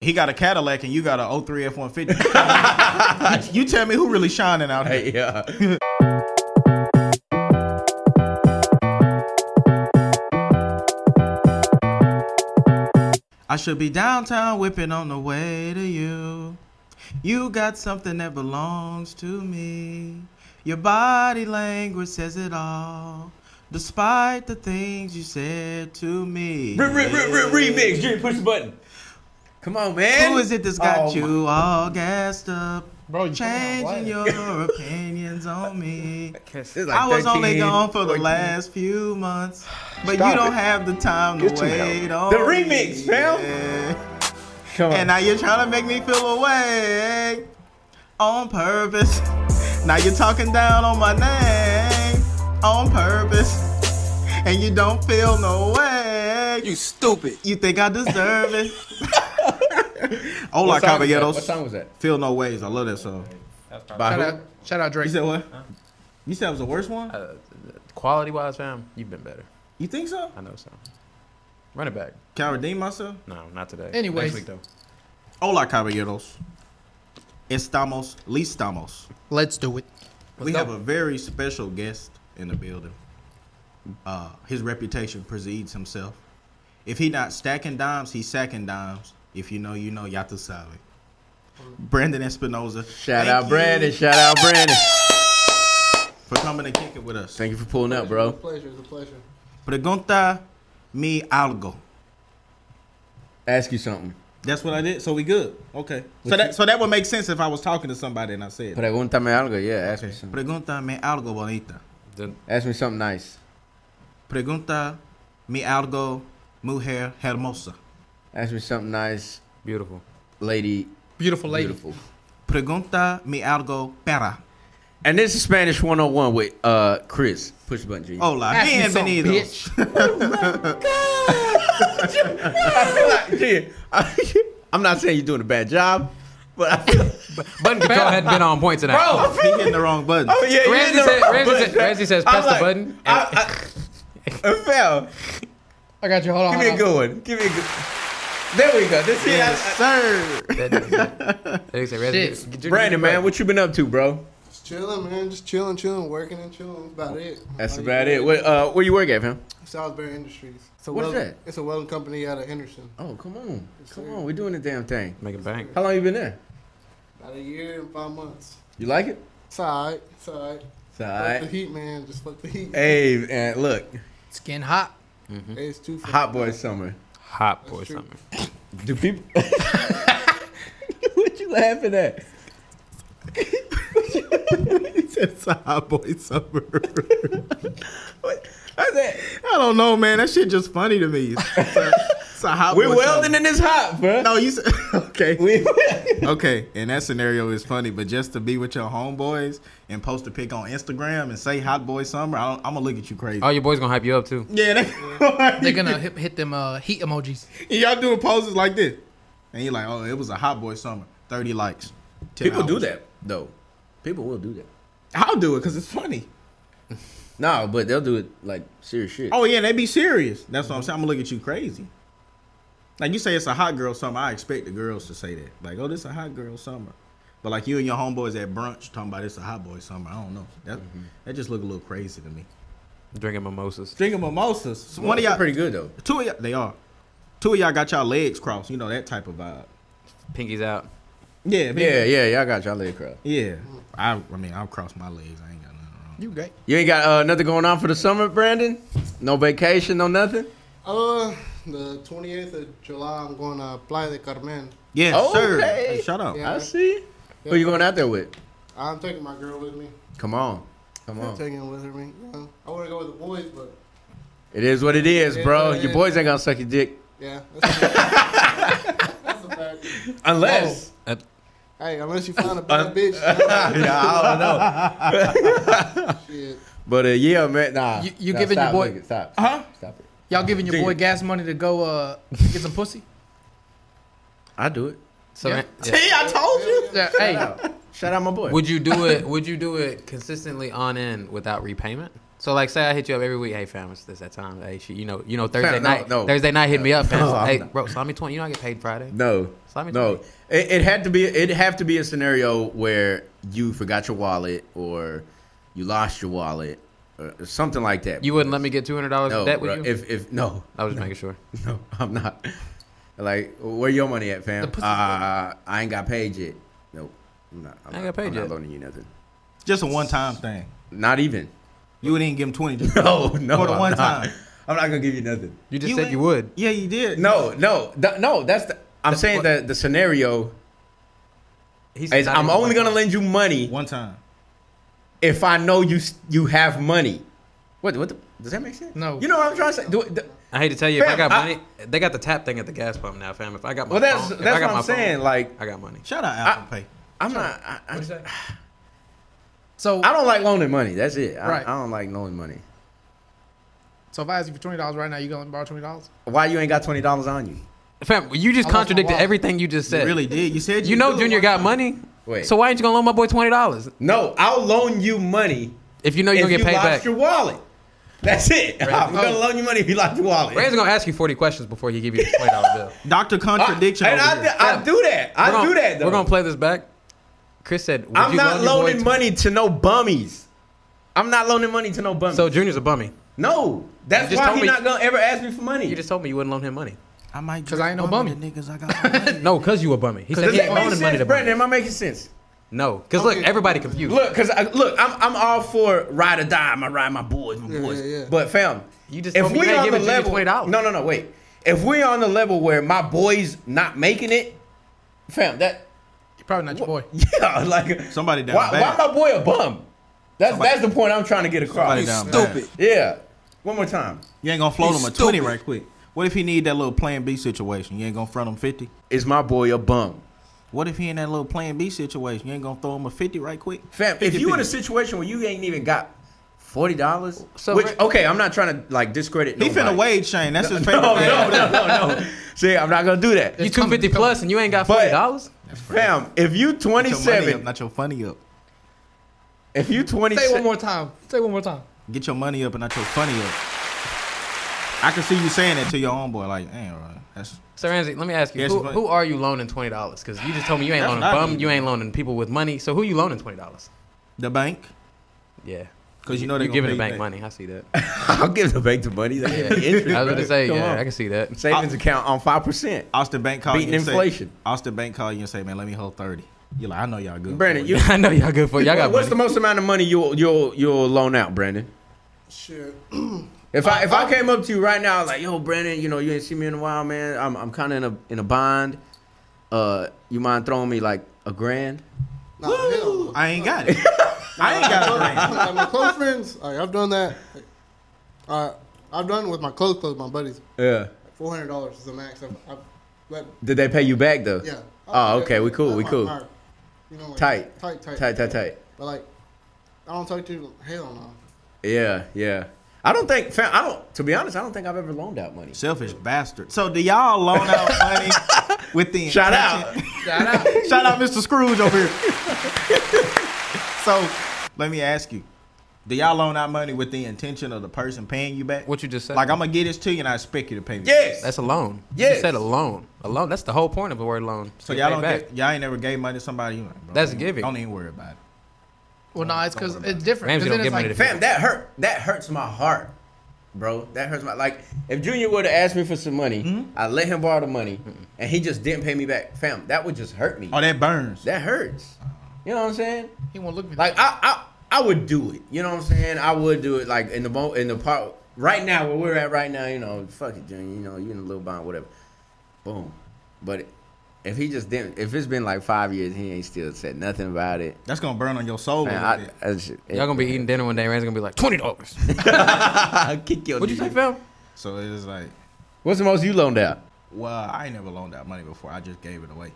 he got a Cadillac and you got a 03 F 150. You tell me who really shining out here. Hey, yeah. I should be downtown whipping on the way to you. You got something that belongs to me. Your body language says it all. Despite the things you said to me. Re- re- re- re- remix. Jimmy, push the button. Come on, man. Who is it that's got Oh, you all gassed up? Bro, you Changing your. your opinions on me. It's like I was 13, only gone for 14. the last few months, but Stop you don't it. have the time to Get some wait on The remix, fam. Yeah. Come on. And now you're trying to make me feel away on purpose. Now you're talking down on my name on purpose, and you don't feel no way. You stupid. You think I deserve it? Hola, What song was that? caballeros. What song was that? Feel no ways. I love that song. By Shout who? out, shout out Drake. You said what? You said it was the worst one? Uh, Quality wise, Uh, fam, you've been better. You think so? uh. I know so. Run it back. Can I redeem myself? No, not today. Anyways. Next week, though. Hola, caballeros. Estamos listamos. Let's do it. we have a very special guest in the building. Uh, his reputation precedes himself. If he not stacking dimes, he's sacking dimes. If you know, you know, Yatu Sabe. Brandon Espinoza. Shout thank out you Brandon. Shout out Brandon. For coming and kicking with us. Thank you for pulling up, It's bro. a pleasure. It's a pleasure. Pregunta mi algo. Ask you something. That's what I did. So we good. Okay. So What that you- so that would make sense if I was talking to somebody and I said. Pregúntame algo. Yeah, ask me Okay. something. Pregúntame algo bonita. The- Ask me something nice. Pregunta mi algo mujer hermosa. Ask me something nice, beautiful. lady. Beautiful lady. Beautiful. Pregunta mi algo perra. And this is Spanish 101 with uh Chris. Push the button, G. Hola, Ask me something, bienvenidos. I feel like, G, I'm not saying you're doing a bad job, but I feel like, Button control had been on point tonight. bro. He hitting the wrong button. Oh, yeah, you Ramsey hit the said- wrong Ramsey button. said- Ramsey says I'm press the button, and- I, I, it fell. I got you. Hold on. Give me a hold on. good one. Give me a good. There we go. This Yes, is sir. That- that- they say, Razzie, Shit. get- get your- Brandon, man, get your button. what you been up to, bro? Just chilling, man. Just chilling, chilling, working and chilling. That's about it. That's Like, about it. What, uh, where you work at, fam? Salisbury Industries. It's a What is welding- that? It's a welding company out of Henderson. Oh, come on, come sir. on. We're doing the damn thing. Make a bank. How long you been there? About a year and five months. You like it? It's alright. It's alright. It's all Fuck the right. heat, man. Just fuck the heat. Hey, and look, Skin hot. Hey, it's too fucking hot boy hot. summer. Hot boy true. something. Do people? what you laughing at? it's a hot boy summer. What? How's that? I don't know, man. That shit just funny to me. It's a, it's a hot We're boy welding summer. in this hot, bro. No, you said okay. We, Okay, and that scenario is funny, but just to be with your homeboys and post a pic on Instagram and say "Hot Boy Summer," I don't, I'm gonna look at you crazy. Oh, All Oh, your boys gonna hype you up too. yeah, they, They're gonna hit, hit them uh, heat emojis. y'all doing poses like this, and you're like, "Oh, it was a Hot Boy Summer." Thirty likes. 10 people do hours. that though. People will do that. I'll do it because it's funny. No, but they'll do it like serious shit. Oh yeah, they be serious. That's what I'm saying. I'm gonna look at you crazy. Like you say it's a hot girl summer. I expect the girls to say that. Like, oh, this a hot girl summer. But like you and your homeboys at brunch talking about it's a hot boy summer. I don't know. That that just look a little crazy to me. Drinking mimosas. Drinking mimosas. So one of y'all, pretty good though. two of y'all, they are. Two of y'all got y'all legs crossed. You know that type of vibe. Pinkies out. Yeah, Yeah, man. yeah, y'all got y'all leg crossed. yeah. I, I mean, I'll cross my legs. I ain't got nothing wrong. You gay? You ain't got uh, nothing going on for the summer, Brandon? No vacation, no nothing? Uh, the 28th of July, I'm going to Playa de Carmen. Yes, sir. Okay. Hey, shut up. Yeah. I see. Who you going out there with? I'm taking my girl with me. Come on. Come I'm on. taking her with her, man. You know, I want to go with the boys, but It is what it is, bro. Yeah. Your boys ain't gonna suck your dick. yeah. That's a fact. that's a fact. Unless Oh. Uh, Hey, unless you find Uh. a bad bitch. you know? I don't know. Shit. But uh, yeah, man, nah. You- you nah, giving your stop, boy- look it, stop. Huh? Stop it. Y'all giving your Dude. boy gas money to go uh, get some pussy? I do it. so Yeah. yeah. Hey, I told you. Yeah, hey, Shout out my boy. Would you do it? Would you do it consistently on end without repayment? So like, say I hit you up every week. Hey, fam, it's this that time. Hey, shit, you know, you know, Thursday no, night. no. Thursday night, hit me up, fam. No, I'm hey, not. bro, slide me twenty. You know I get paid Friday. No, Slide me no. twenty. It, it had to be. It have to be a scenario where you forgot your wallet or you lost your wallet or something like that. You wouldn't let me get two hundred dollars No, of debt bro, with you. Oh. if if no, I was just making sure. no, I'm not. Like, where your money at, fam? The pussy- Uh, I ain't got paid yet. Nope, I'm not. I'm I ain't not- got paid I'm yet. Not loaning you nothing. Just a one time thing. Not even. You didn't give him twenty. Just No, no. For the I'm one not. time. I'm not gonna give you nothing. You just You said ain't- you would. Yeah, you did. No, no, th- no. That's the. I'm saying what- that the scenario He's is I'm only gonna lend you money one time. if I know you s- you have money. What? What? The, does that make sense? No. You know what I'm trying to say. Do, do, I hate to tell you, if I Fam, got I- money, they got the tap thing at the gas pump now, fam. If I got my well, that's phone- if Oh, I that's got what my I'm phone, saying. Like, I got money. Shout out Apple Pay. I'm not. I, I, What'd you say? So I don't like loaning money. That's it. I, Right. I don't like loaning money. so if I ask you for twenty dollars right now, you gonna borrow twenty dollars? Why you ain't got twenty dollars on you? Fam, you just I lost my contradicted wallet. everything you just You said. really did. You said you, You know do Junior one got time. money. Wait. So why ain't you gonna loan my boy twenty dollars? No, I'll loan you money If you know you're if you gonna get paid lost back. Oh. your wallet. That's it. I'm gonna loan you money if you lost your wallet. Ray's gonna ask you forty questions before he give you the twenty dollar bill. Doctor Contradiction. I, and over I, here. do- I do that. I We're gonna- do that though. We're gonna play this back. Chris said, would I'm you not loan your boy loaning tw- money to no bummies. I'm not loaning money to no bummies. So Junior's a bummy. no, that's You just why told he's me- not gonna ever ask me for money. You just told me you wouldn't loan him money. I might 'Cause I ain't no drink one of the Niggas, I got money. No, cause you a bummy. He said Does he that ain't make loaning sense, money to Brandon? bummy. Am I making sense? No, cause look, Okay. everybody confused. Look, cause I, look, I'm I'm all for ride or die. I'm ride my boys, my Yeah, boys. yeah, yeah. But fam, You just told me you ain't giving Junior $20. no, no, no, wait. If we're on the level where my boys not making it, fam, that You're probably not your boy. yeah, like Somebody down Why, why bad. my boy a bum? That's that's the point I'm trying to get across. Somebody down Stupid. bad. Yeah, one more time. You ain't gonna float him a You twenty stupid. right quick. What if he need that little Plan B situation? You ain't gonna front him fifty. Is my boy a bum? What if he in that little Plan B situation? You ain't gonna throw him a fifty right quick. Fam, if 50, you in a 50. situation where you ain't even got forty dollars, So- which okay, I'm not trying to like discredit. he nobody. finna wage Shane. That's his favorite No, thing. no, no, no, no. See, I'm not gonna do that, You two fifty plus and you ain't got But- forty dollars. fam. If you Not your money up, 27, not your funny up. if you Say it one 27, more time. Say it one more time. Get your money up and not your funny up. I can see you saying that to your homeboy, like, damn, bro, that's So Ramsey, let me ask you, Yes, who, but- who are you loaning twenty dollars? Because you just told me you ain't That's loaning not bum, me. you ain't loaning people with money. So who you loaning twenty dollars? the bank. Yeah, 'Cause you know they you're gonna giving pay the you bank back. money. I see that. I'll give the bank the money. They Yeah. give me interest, I was brother. gonna say, Come yeah, on. I can see that. savings account on five percent. Austin Bank call Beating you and say- inflation. Austin Bank call you and say, man, let me hold thirty. You like, I know y'all good. Brandon, for it. you I know y'all good for it. y'all got what's the money. most amount of money you'll you'll you'll loan out, Brandon? Shit. If I if I came up to you right now, like, yo, Brandon, you know, you ain't seen me in a while, man. I'm I'm kind of in a in a bind. Uh, you mind throwing me like a grand? Nah, hell no. I ain't got it. I ain't got a brand. like my close friends, like, I've done that. Like, uh, I've done it with my close close, my buddies. Yeah. Like Four hundred dollars is the max. I've, I've let, Did they pay you back though? yeah. Oh, okay, we cool, Like, we my- cool. my- you know, like, Tight. tight, tight, Tight, tight, tight. But like, I don't talk to you. Hell no. Yeah, yeah. I don't think. fam, I don't. To be honest, I don't think I've ever loaned out money. Selfish bastard. So do y'all loan out money with the Shout out. intention- Shout out. Shout out Mr. Scrooge over here. so let me ask you. Do y'all loan out money with the intention of the person paying you back? What you just said. Like I'm gonna get this to you and I expect you to pay me. Yes. That's a loan. You Yes. said a loan. A loan. That's the whole point of the word loan. So Get y'all paid don't back. get, y'all ain't never gave money to somebody. You like, bro, That's don't giving. Even, don't even worry about it. Well, no, it's because Don't worry about it's it. different. Ramsey 'Cause then don't get it's money like, to- Fam, that hurt. That hurts my heart, bro. That hurts my like. If Junior would have asked me for some money, I let him borrow the money, and he just didn't pay me back. Fam, that would just hurt me. Oh, that burns. that hurts. You know what I'm saying? He won't look at me. Like I, I, I would do it. You know what I'm saying? I would do it. Like in the mo in the part right now where we're at right now. You know, fuck it, Junior. You know, you in a little bond, whatever. Boom. But if he just didn't, if it's been like five years, he ain't still said nothing about it. That's gonna burn on your soul. Man, a little bit. I, I just, Y'all gonna be eating dinner one day. Rand's gonna be like twenty dollars. kick your. What'd you knee. say, Phil? so it's like, What's the most you loaned out? well, I ain't never loaned out money before. I just gave it away.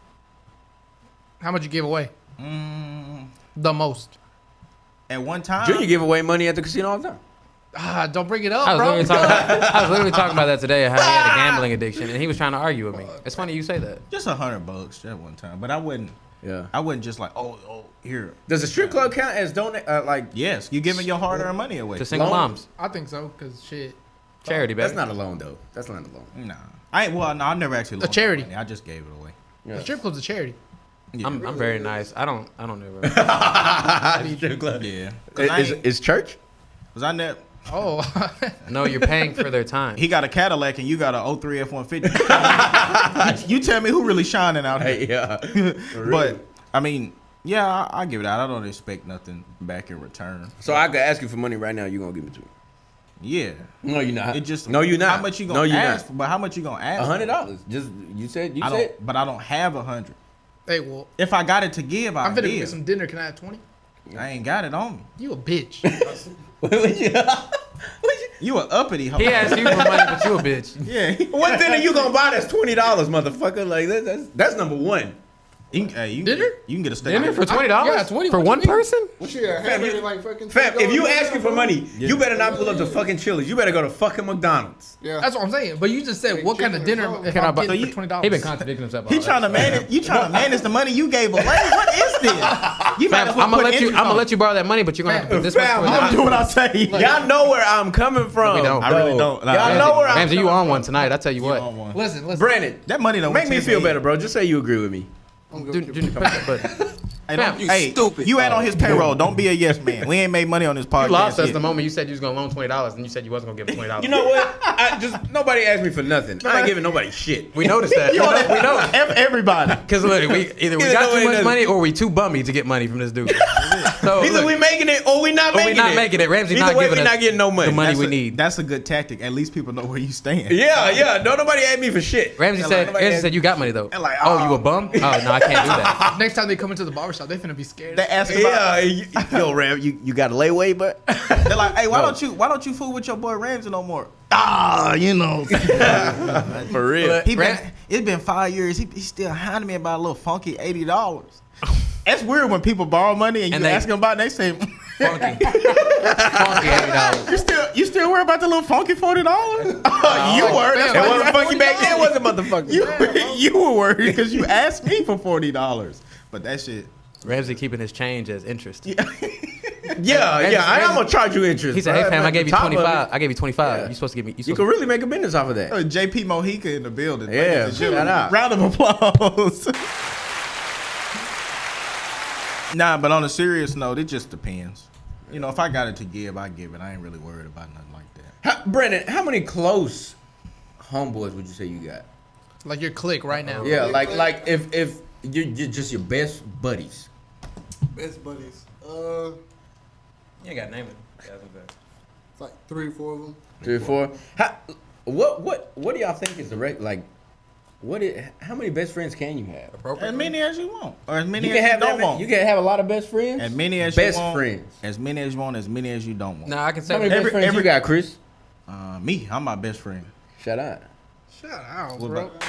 how much you give away? Mm, The most. at one time, Uh, Junior give away money at the casino all the time. Ah, don't bring it up, I was, bro. literally talking, I was literally talking about that today, how he had a gambling addiction, and he was trying to argue with me. It's funny you say that. Just a hundred bucks that one time, but I wouldn't. Yeah. I wouldn't just like, oh, oh, here. Does a strip club count as donate? Uh, like Yes, you giving your hard-earned money away. To single Loan? moms, I think so, cause shit. charity, baby. that's not a loan though. That's not a loan. Nah, I ain't. Well, no, I never actually. loaned my charity. money. I just gave it away. Yeah. The strip club's a charity. Yeah, I'm, I'm very nice. I don't I don't ever. strip club. yeah. Cause I, Is, ain't- is church? 'cause I never. Oh, No, you're paying for their time. He got a Cadillac and you got a 03 F 150. You tell me who really shining out here. Hey, yeah. But I mean, yeah, I, I give it out. I don't expect nothing back in return. so I could ask you for money right now. You gonna give it to me? Yeah. No, you're not. It just no, you're not. How much you No, gonna you're ask? not. For, but how much you gonna ask? A for? hundred dollars. Just you said you I said. don't. But I don't have a hundred. hey, well, If I got it to give, I I'm finna did. get some dinner. Can I have twenty? I ain't got it on me. You a bitch. What'd you- what'd you- You a uppity hoe. He asked you for money, but you a bitch. Yeah. what dinner you gonna buy that's twenty dollars, motherfucker? Like that, that's that's number one. You, can- hey, you, Dinner? You can get a steak. Dinner for twenty dollars? yeah, 20, for what you one mean? person? Shit, a hamburger like fucking. Fam, if you $10 asking for bro. money, you better not pull up to fucking Chili's. You better go to fucking McDonald's. Yeah. That's what I'm saying. But you just said what kind of chicken dinner or something. if Can I I'm buy- getting So for you- twenty dollars? He been contradicting himself. He trying to manage. You trying to manage the money you gave away. What is this? You might as well I'm gonna put let you. interest I'm gonna on let you borrow that money, but you're gonna have to put this much Fam, it. towards I'm it. I'm gonna do what I say. Y'all know where I'm coming from. We don't. I really don't. Nah. Y'all know where I'm. Ramsey, you on one tonight? I tell you I want what. one. Listen, listen. Brandon, That money don't make me feel better, bro. Just say you agree with me. I'm Dude, good. dude, put that- but Hey, Fam, don't- you hey, stupid. You ain't on his payroll. Don't be a yes man. We ain't made money on this podcast. you lost us yet. the moment you said you was gonna loan twenty dollars, and you said you wasn't gonna give him twenty dollars. You know what? I just nobody asked me for nothing. I ain't giving nobody shit. we noticed that. we You on know. that- F everybody. Because look, we either we Either got way it too much doesn't- money or we too bummy to get money from this dude. so Either look, we making it or we not or we making not it. making it. Ramsey Either not way, giving we us not getting no money. the money That's we a- need. That's a good tactic. At least people know where you stand. Yeah, yeah. No, nobody asked me for shit. Ramsey Like, said, nobody Ramsey asked- said you got money though. And like, oh, you oh. a bum? Oh no, I can't do that. Uh, Next time they come into the barbershop, they finna be scared. They ask Yeah, about. you- yo, Ram, you, you got a layway, but They're like, hey, why don't you why don't you fool with your boy Ramsey no more? Ah, you know. for real. He been, Ram- it's been five years. He, he still hounding me about a little funky eighty dollars. That's weird when people borrow money and, And you they- ask them about. It, they say Funky, funky eighty dollars. you still you still worry about the little funky forty dollars. Oh, you were. That's It why wasn't fucking back then. It wasn't motherfucking. you, you were worried because you asked me for forty dollars. But that shit. Ramsey keeping his change as interest. yeah, Ramsey- yeah. I, Ramsey- am gonna charge you interest. He said, bro. "Hey fam, At I gave the you top of twenty five. it, I gave you twenty five. Yeah. You supposed to give me. You You supposed can really make a business off of that. Uh, JP Mohica in the building. Yeah, ladies and shout gentlemen. out. Round of applause. nah, but on a serious note, it just depends. You know, if I got it to give, I give it. I ain't really worried about nothing like that. How, Brendan, how many close homeboys would you say you got? like your clique right now. Yeah, like like if if you're, you're just your best buddies. Best buddies. Uh, you ain't got name it. it's like three, four of them. Three or four. How, what what what do y'all think is the right like? What is, how many best friends can you have? Appropriate. As many as you want, or as many You as can have you that don't many, want. You can have a lot of best friends. as many as best you want. friends. As many as you want. As many as you don't want. No, I can say How many Every- best friends every- you got, Chris? Uh, me, I'm my best friend. Shout out. Shut out, What bro. about-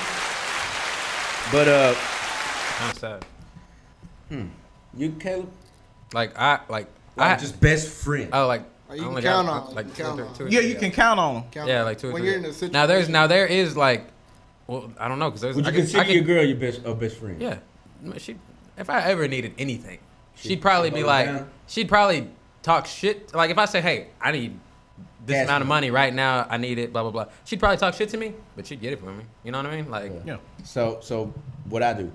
But uh, I'm sad. you Caleb, Like I like I like just best friend. oh like Like, you I only can got count on- like you two count or on. three. Yeah, you can count on 'em. Count Yeah, them. like two. Or When three. you're in a situation. Now there's now there is like, well, I don't know because there's. Would I you could- consider I could- your girl your best a best friend? Yeah, No, she. If I ever needed anything, she'd probably be hold it like, down. she'd probably talk shit. Like if I say, hey, I need this Cash amount of money. money right now, I need it, blah blah blah. She'd probably talk shit to me, but she'd get it from me. You know what I mean? Like, yeah, Yeah. So so what I do?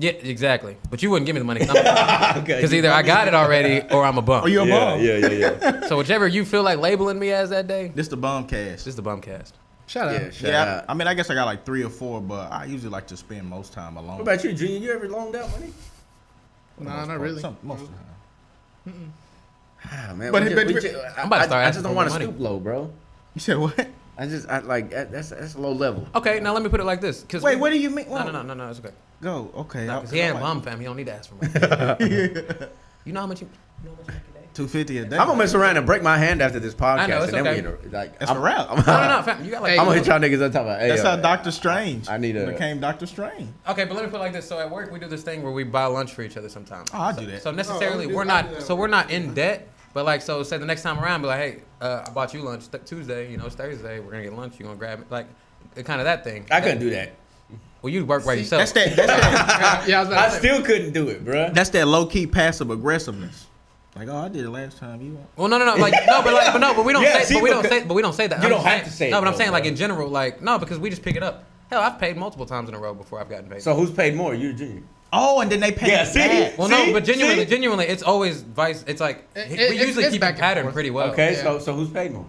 exactly. But you wouldn't give me the money because Okay. either I got it already or I'm a bum. Or you a yeah, bum. yeah, yeah, yeah. so whichever you feel like labeling me as that day, This the bum cash. this is the bum cast. Shut yeah. up. Shout Yeah. out. I mean, I guess I got like three or four, but I usually like to spend most time alone. What about you, Junior? You ever loaned out money? No, not really. Mm-hmm. Some, most of the time. Ah, man, But we it- just- but- we ju- I, I'm about to I- start I just asking don't for want to money. stoop low, bro. You said what? I just, I like that, that's that's low level. Okay, now let me put it like this. Cause Wait, we- what do you mean? No, no, no, no, no. It's okay. Go. Okay. No, I- 'cause he ain't a I'm bum, like, fam. He don't need to ask for money. you know how much you, you know how much you make a day? 250 a day. I'm gonna mess around and break my hand after this podcast, I know, it's and then okay. we inter- like That's I'm, a wrap. No, no, no, fam. You got like. Hey, I'm gonna hit y'all niggas on top of. Hey, That's yo, how Doctor Strange. I need a- became Doctor Strange. Okay, but let me put it like this. So at work, we do this thing where we buy lunch for each other sometimes. Oh, I so, do that. So necessarily, Oh, I do- we're I do not. that at So we're not in debt, But like, so say the next time around, be like, hey, uh, I bought you lunch th- Tuesday. You know, it's Thursday. We're gonna get lunch. You gonna grab it? Like, kind of that thing. I couldn't do that. Well, you work by yourself. That's that. That's that. yeah, I was about I to say, still couldn't do it, bruh. that's that low key passive aggressiveness. Like, oh, I did it last time. You want? Well, no, no, no, like no, but like, but no, but we don't Yeah, say, see, but we don't because- say, but we don't say that. You don't I'm saying- have to say No, it, but I'm though, saying like bro. in general, like no, because we just pick it up. Hell, I've paid multiple times in a row before I've gotten paid. So who's paid more? You or Junior? Oh, and then they pay Yeah, us see? back. well, see, no, but genuinely, see? genuinely, it's always vice. It's like It- we it- it's- usually it's keep back a and pattern forth. pretty well. okay, yeah. so so who's paid more?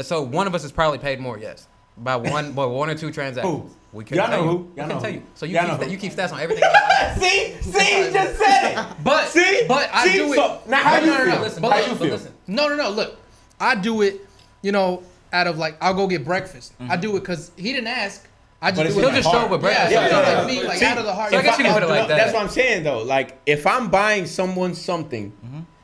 So one of us is probably paid more, yes, by one, by one or two transactions. Who? We couldn't Y'all know tell you. who. We Y'all couldn't know tell who. you. So you Y'all keep, know sta- who. you keep stats on everything. else. see, see, you just said it. But See? but I See? do it. So, now how no, you no, no, no, feel? Listen, How but you listen, but feel? listen. No, no, no. Look, I do it. You know, out of like, I'll go get breakfast. I do it because he didn't ask. I just But it's do it. in my out He'll of just heart. show up with bread. Yeah, so yeah, it's not yeah. like- me, like, See, out of the heart. So I if guess you can put it like no, that. That's what I'm saying though. Like if I'm buying someone something,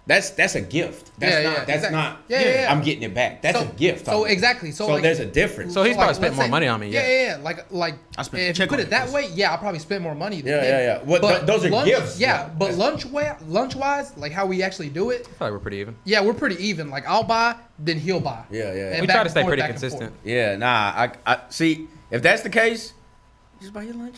that's that's a gift. That's Yeah, not yeah, that's exactly. not Yeah, yeah, yeah. I'm getting it back. That's So- a gift. so I'm- exactly. So, like- there's a difference. So he's probably like, spent let's more say- money on me, yeah. yeah, yeah. Like, like I spent- if you check put on it it, that please. way, yeah, I probably spent more money. than Yeah, him. yeah, yeah. What- th- those are lunch- gifts, Yeah, though. but That's- lunch wa- lunch wise, like how we actually do it, I feel like we're pretty even. yeah, we're pretty even. Like I'll buy, then he'll buy. Yeah, yeah. And We back try to and stay forth, pretty back and forth. consistent. yeah, nah. I, I see. If that's the case, just buy your lunch.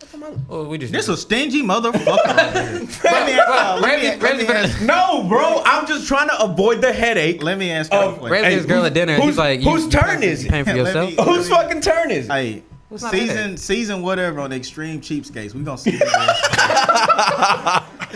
That's my- Well, we just This a stingy motherfucker. let me ask y'all. Let me, Ramsey, let me, Ramsey ask, finna- No, bro. I'm just trying to avoid the headache. let me ask Oh, y'all a question. Ramsey Hey, this girl at dinner. and who's- He's like, you- whose you turn paying- is you Paying for it? Yeah, let yourself. me- Whose fucking turn is it? Hey, What's not season bad? season whatever on Extreme Cheapskates. We gonna see this.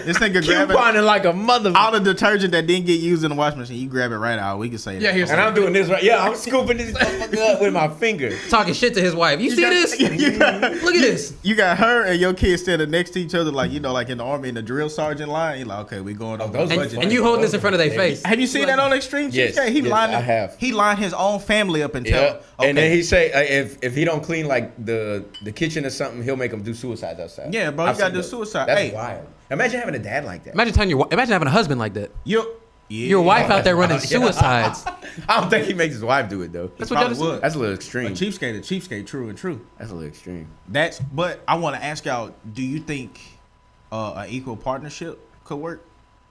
this nigga grabbing Couponing like a mother. all the detergent that didn't get used in the washing machine. You grab it right out. We can say that. Yeah, here's- And I'm doing this right. Yeah, I'm scooping this motherfucker up with my finger. Talking shit to his wife. You see got- this? you got- Look at this. You got her and your kids standing next to each other, like you know, like in the army in the drill sergeant line. You're like, okay, we going over Oh, those the are budget. And, and you holding this in front of their Hey, face. Have you seen that on Extreme Yes, Cheapskate? He yes, lined, I have. He lined his own family up and tell. Yeah. Okay. And then he say uh, if if he don't clean like the the kitchen or something, he'll make him do suicides outside. Yeah, bro, you I've gotta seen do those. suicide. That's Hey. wild. Imagine having a dad like that. Imagine telling your wi- imagine having a husband like that. Your, yeah. Your wife out there running Yeah. suicides. I don't think he makes his wife do it though. That's what y'all probably just- would. That's a little a extreme. cheapskate, a cheapskate, true and true. That's a little extreme. That's. But I want to ask y'all: Do you think uh, an equal partnership could work?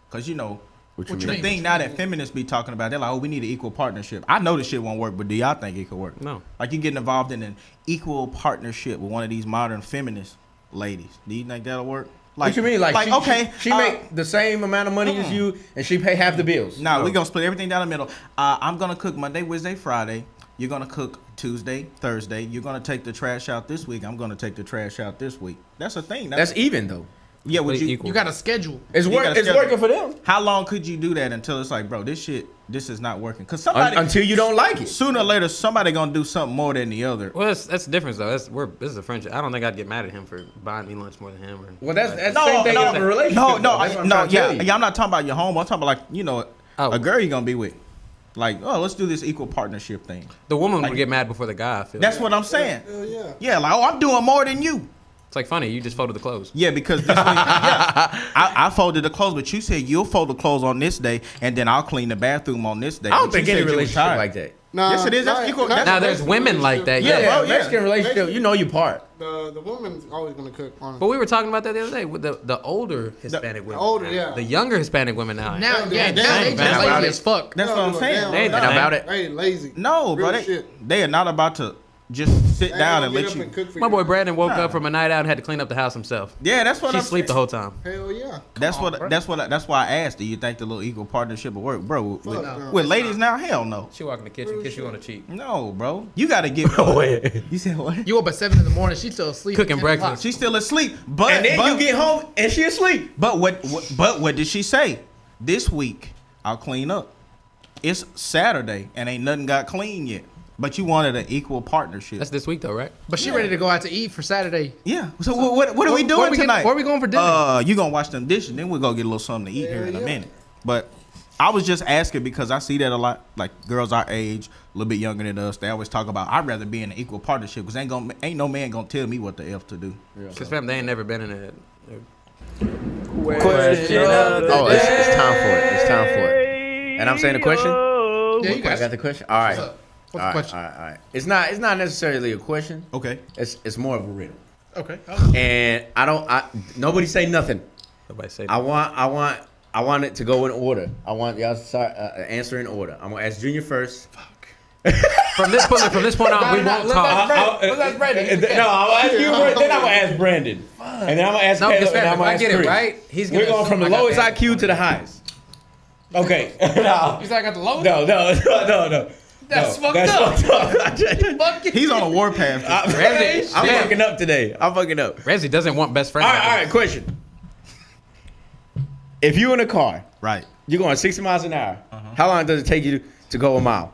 Because you know, What What you you the mean? mean? thing now that feminists be talking about, they're like, "Oh, we need an equal partnership." I know this shit won't work, but do y'all think it could work? No. Like you getting involved in an equal partnership with one of these modern feminist ladies. Do you think that'll work? Like what you mean? Like, she, okay, she, she uh, make the same amount of money as you, and she pay half the bills. Nah, we gonna split everything down the middle. Uh, I'm gonna cook Monday, Wednesday, Friday. You're gonna cook Tuesday, Thursday. You're gonna take the trash out this week. I'm gonna take the trash out this week. That's a thing. That's even though. yeah. Would you? equal. You got a schedule. It's You work. gotta It's schedule. working for them How long could you do that until it's like, bro, this shit, this is not working? Cause Un- somebody until you don't like it. sooner or later, somebody gonna do something more than the other. Well, that's that's the difference though. That's we're this is a friendship. I don't think I'd get mad at him for buying me lunch more than him. Or, Well, that's that's the No, same thing no, as a relationship. no, no, though. That's I, what I'm no, trying to yeah, tell you. yeah. I'm not talking about your home. I'm talking about like you know, Oh. a girl you're gonna be with. Like, oh, let's do this equal partnership thing. the woman would get mad before the guy. I feel That's what I'm saying. Hell yeah. Yeah, like, oh, I'm doing more than you. it's like funny. You just folded the clothes. Yeah, because this week, yeah, I, I folded the clothes, but you said you'll fold the clothes on this day, and then I'll clean the bathroom on this day. I don't But you think any said you was relationship tired. like that. Nah, Yes, it is. That's nah, equal- nah, that's- Now there's that's women equal like that. relationship. Yeah, Yeah, bro, yeah. Mexican relationship, you know you part. The the woman's always gonna cook. Honestly. But we were talking about that the other day with the, the older Hispanic women. older, yeah. The younger Hispanic women now. Now, Yeah, yeah, now they- they they just just about lazy it. as fuck. That's No, what I'm no, saying. damn, They ain't nah, about it. They lazy. No, Real bro, they, shit. they are not about to just sit They ain't down gonna and get let up you. and cook for My you. boy Brandon woke Nah. up from a night out and had to clean up the house himself. yeah, that's what She I'm. sleep the whole time. Hell yeah. That's Come on, what. bro. That's what. I, that's why I asked. Do you think the little equal partnership will work, bro? With, with, no. with ladies now, hell no. She walk in the kitchen, kiss you on the cheek. No, bro. You gotta get. you said what? You up at seven in the morning, she still asleep. Cooking at 10 o'clock. breakfast. She's still asleep, but and then but, you get home and she asleep. But what, what? But what did she say? This week I'll clean up. It's Saturday and ain't nothing got clean yet. But you wanted an equal partnership. That's this week though, right? But she ready to go out to eat for Saturday. yeah. So, what, what, what are we Where- doing where we getting- tonight? where we going for dinner? Uh, you gonna wash them dishes, then we're gonna get a little something to eat here Hell in a yeah. minute. But I was just asking because I see that a lot. Like girls our age, a little bit younger than us, they always talk about I'd rather be in an equal partnership because ain't gonna ain't no man gonna tell me what the f to do. Cause fam, they ain't never been in a. Oh, it's, it's time for it. It's time for it. And I'm saying the question. Yeah, Oh, I you guys. got the question. All right. What's up? What's the all right, question? All right, all right. It's not. It's not necessarily a question. Okay. It's it's more of a riddle. Okay. Oh, And I don't. I nobody say nothing. Nobody say. I want. I want. I want it to go in order. I want y'all to start, uh, answer in order. I'm gonna ask Junior first. From this point, from this point on, we No, no, won't no, talk. no, no. Brandon, let's Uh-huh. uh, ask Brandon. uh, no, I'll ask you. first, Then I'm gonna ask Brandon, and then I'm gonna ask. No, Caleb, it's fair. and I'm If gonna I ask get it Chris. right, he's We're gonna going from the assume I got lowest that. IQ to the highest. Okay. no. You said I got the lowest. No, no, no, no, no. That's no, fucked up. fucked up. Fuck it. He's on a warpath. I'm, Randy, I'm damn. fucking up today. I'm fucking up. Rezzy doesn't want best friends. All right, all right. Question: If you in a car, right. you're going 60 miles an hour. How long does it take you to go a mile,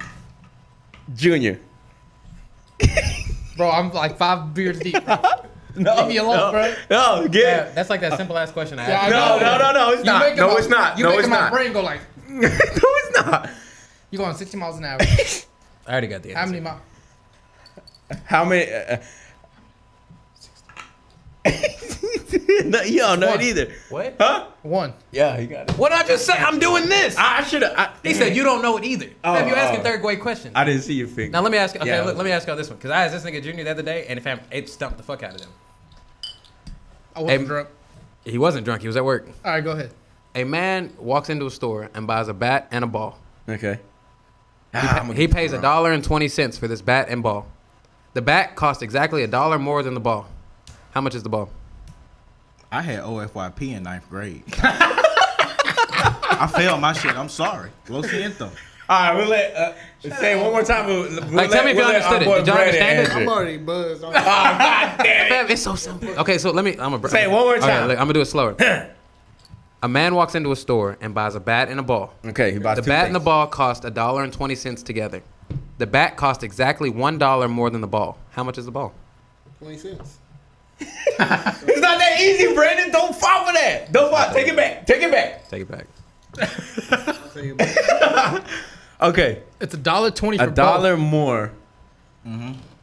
Junior? Bro, I'm like five beers deep. Bro. No, Leave me alone, no, bro. No, get. Yeah, that's like that simple ass question I Yeah, I asked. No, know. no, no, no, it's You not. making No, my- it's not. You No, making it's my not. brain go like no, it's not. you going 60 miles an hour. I already got the answer. How many miles? How many? Uh, no, you don't know it One. either. What? Huh? One. Yeah, you got it. What I just say? I'm doing this. I, I should have. he said you don't know it either. Oh, Fam, you're asking oh. third grade questions. I didn't see your finger. Now let me ask. Okay, Yeah. look, let me ask y'all this one because I asked this nigga junior the other day, and fam, it stumped the fuck out of him. I wasn't Hey, drunk. He wasn't drunk. He was at work. All right, go ahead. A man walks into a store and buys a bat and a ball. Okay. Ah, He pays a dollar and twenty cents for this bat and ball. The bat costs exactly a dollar more than the ball. How much is the ball? I had OFYP in ninth grade. I failed my shit. I'm sorry. Lo siento. All right, we'll let uh, say it one more time. We'll, we'll Like, let, tell me if we'll y'all let our understood it. boy Did y'all Brandon understand it? answer I'm already buzzed. I'm Oh, God damn it. Fam, it's so simple. Okay, so let me. I'm a Say it one more time. look, I'm gonna do it slower. a man walks into a store and buys a bat and a ball. Okay, he buys The two bat and the things. ball cost a dollar and twenty cents together. The bat cost exactly one dollar more than the ball. How much is the ball? 20 cents. It's not that easy, Brandon. Don't fall for that. Don't fall. Take it back. Take it back. Take it back. I'll tell you about it. Okay, It's a dollar twenty for a both. dollar more.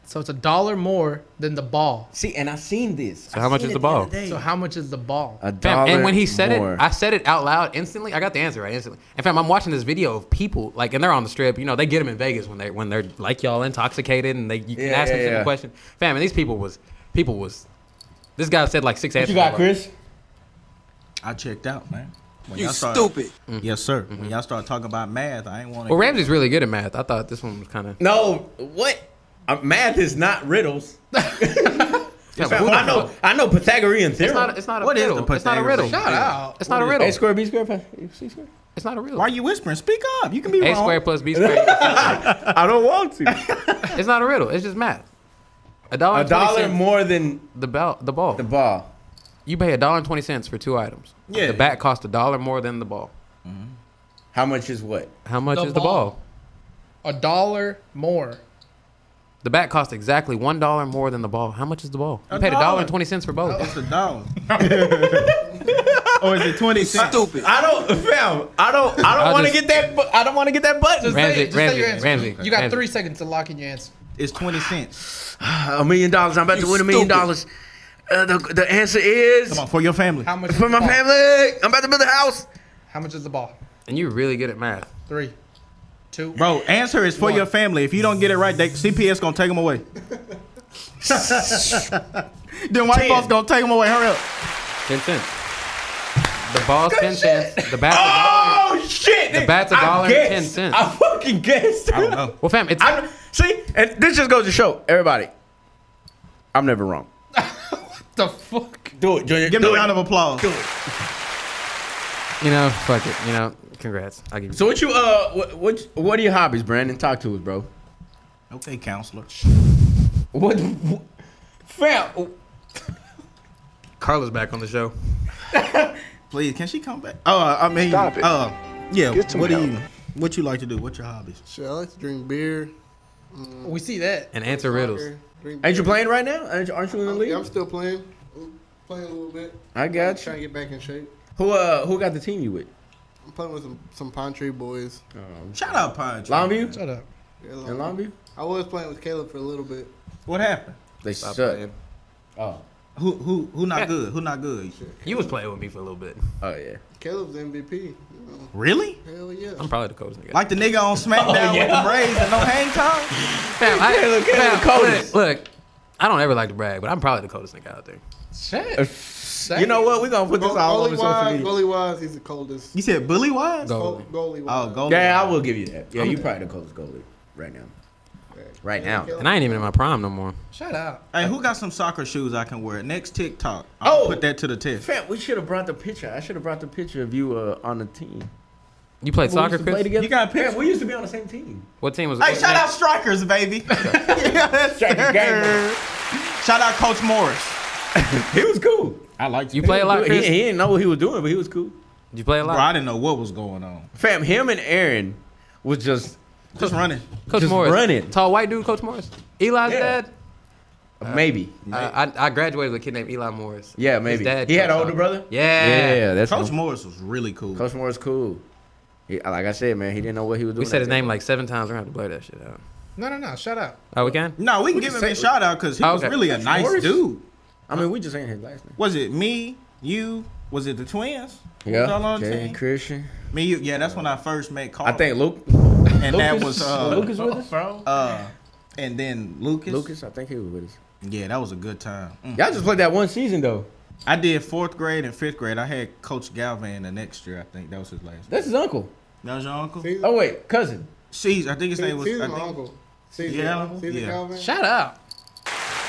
So it's a dollar more than the ball. See, and I seen this. So how much is the ball? So how much is the ball? A Fam, dollar and when he said more. it, I said it out loud instantly. I got the answer right instantly. And fam, I'm watching this video of people like, and they're on the strip. You know, they get them in Vegas when they when they're like y'all intoxicated, and they you can Yeah, ask them yeah, simple yeah. questions. Fam, and these people was people was. This guy said like six answers. in a row. I checked out, man. When You y'all started- stupid. Yes, sir. Mm-hmm. When y'all start talking about math, I ain't want to. Well, Ramsey's really good at math. I thought this one was kind of. No, what? Uh, math is not riddles. I know. It's I know Pythagorean theorem. not. It's not a What is riddle. the it's not a riddle. Pythagorean Shout out. It's not a a riddle. squared, b squared, pi- c squared. It's not a riddle. Why are you whispering? Speak up. You can be A wrong. squared plus B squared. I don't want to. it's not a riddle. It's just math. A dollar. a and 20 dollar cents, more than The ball. The ball. the ball. you pay a dollar and twenty cents for two items. Yeah. The bat cost a dollar more than the ball. How much is what? How much The is the ball. ball? A dollar more. The bat cost exactly one dollar more than the ball. How much is the ball? You A paid a dollar dollar. and twenty cents for both. It's a dollar. or is it twenty cents? Stupid. I don't, fam. I don't. I don't I'll want to just- get that. bu- I don't want to get that button. Just Ramsey, say, just Ramsey, say your answer. Ramsey, you got Ramsey. three seconds to lock in your answer. It's twenty cents. A million dollars. I'm about to win a million stupid. dollars. Uh, the, the answer is Come on, for your family. How much? is for the my ball? family. I'm about to build a house. How much is the ball? And you're really good at math. Three, two. Bro, answer is for One. your family. If you don't get it right, they, CPS gonna take them away. then white Ten. folks gonna take them away. Hurry up. Ten cents. The ball's ten cents. The bat's a dollar. Oh shit! The bat's a I dollar and guessed. ten cents. I fucking guessed. I don't know. Well, fam, it's I'm- see, and this just goes to show everybody. I'm never wrong. The fuck? Do it, Junior. Give Do them a it. round of applause. Do it. you know, fuck it. You know, congrats. I give you. So what you uh what, what what are your hobbies, Brandon? Talk to us, bro. Okay, counselor. What, what fam? oh. Carla's back on the show. Please, can she come back? Uh, I mean, Stop it. uh, yeah. Get some What do help. you, what you like to do? What's your hobbies? Shit, I like to drink beer. We see that. And answer riddles. Soccer, drink Ain't you playing right now? Aren't you, aren't you in the beer. Yeah, I'm league? still playing. Playing a little bit. I got Trying you. to get back in shape. Who uh who got the team you with? I'm playing with some, some Pine Tree boys. Shout out, Pine Tree. Longview? Shut up. Yeah, In Longview? I was playing with Caleb for a little bit. What happened? They Stop suck. playing. Oh. Who who who not good? Who not good? You was playing with me for a little bit. Oh yeah. Caleb's MVP. You know, Really? hell yeah. I'm probably the coach nigga. Like the nigga Oh, on SmackDown with the braids and no hang time? Fam, I, look, fam, look, Cody's. look, look, I don't ever like to brag, but I'm probably the coldest nigga out there. Shit. You know what? We're gonna put this Goal- all over Goalie social wise, media. goalie wise, he's the coldest. You said bully wise? Go. Goal- Goalie Oh, wise. goalie. Yeah, I wise. will give you that. Yeah, I'm you the- probably the coldest goalie right now. Right Yeah, now. Kelly. And I ain't even in my prime no more. Shut up. Hey, who got some soccer shoes I can wear? Next TikTok. I'll Oh. put that to the test. Fam, we should have brought the picture. I should have brought the picture of you uh, on the team. You played When we soccer, used to play Chris? together- You got a picture? Fam, we used to be on the same team. What team was Hey, what shout team- out strikers, baby. yes, Strikers, sir. gang. Shout out Coach Morris. He was cool. I liked You play a lot, He, he Chris? didn't know what he was doing, but he was cool. Did you play a Bro, lot? I didn't know what was going on. Fam, him and Aaron was just Just running. Coach just Morris. running. Tall white dude, Coach Morris. Eli's Yeah. dad? maybe. Uh, I, I graduated with a kid named Eli Morris. Yeah, maybe. he had an coached older soccer. brother. Yeah. yeah, that's Coach Coach. Morris was really cool. Coach Moore's cool. He, like I said, man, he didn't know what he was doing. We said out his there. name like seven times. We're gonna have to blur that shit out. No, no, no. Shut up. Oh, we can? no, we can We give can him say- a shout out because he Oh, was okay. really a nice Morris? dude. I mean, we just ain't his last name. Was it me, you? Was it the twins? Who was all Yeah, on the Jay team? Christian. Me, you. Yeah, that's when I first met Carl. I think Luke. and that was uh, Lucas with us, uh, and then Lucas. Lucas, I think he was with us. Yeah, that was a good time. Mm. Y'all just played that one season though. I did fourth grade and fifth grade. I had Coach Galvan the next year. I think that was his last. That's his uncle. That was your uncle. Season, Oh wait, cousin. She's. I think his name season, was. I, my think, uncle. Season, Yeah, season yeah. Calvin. Shut up.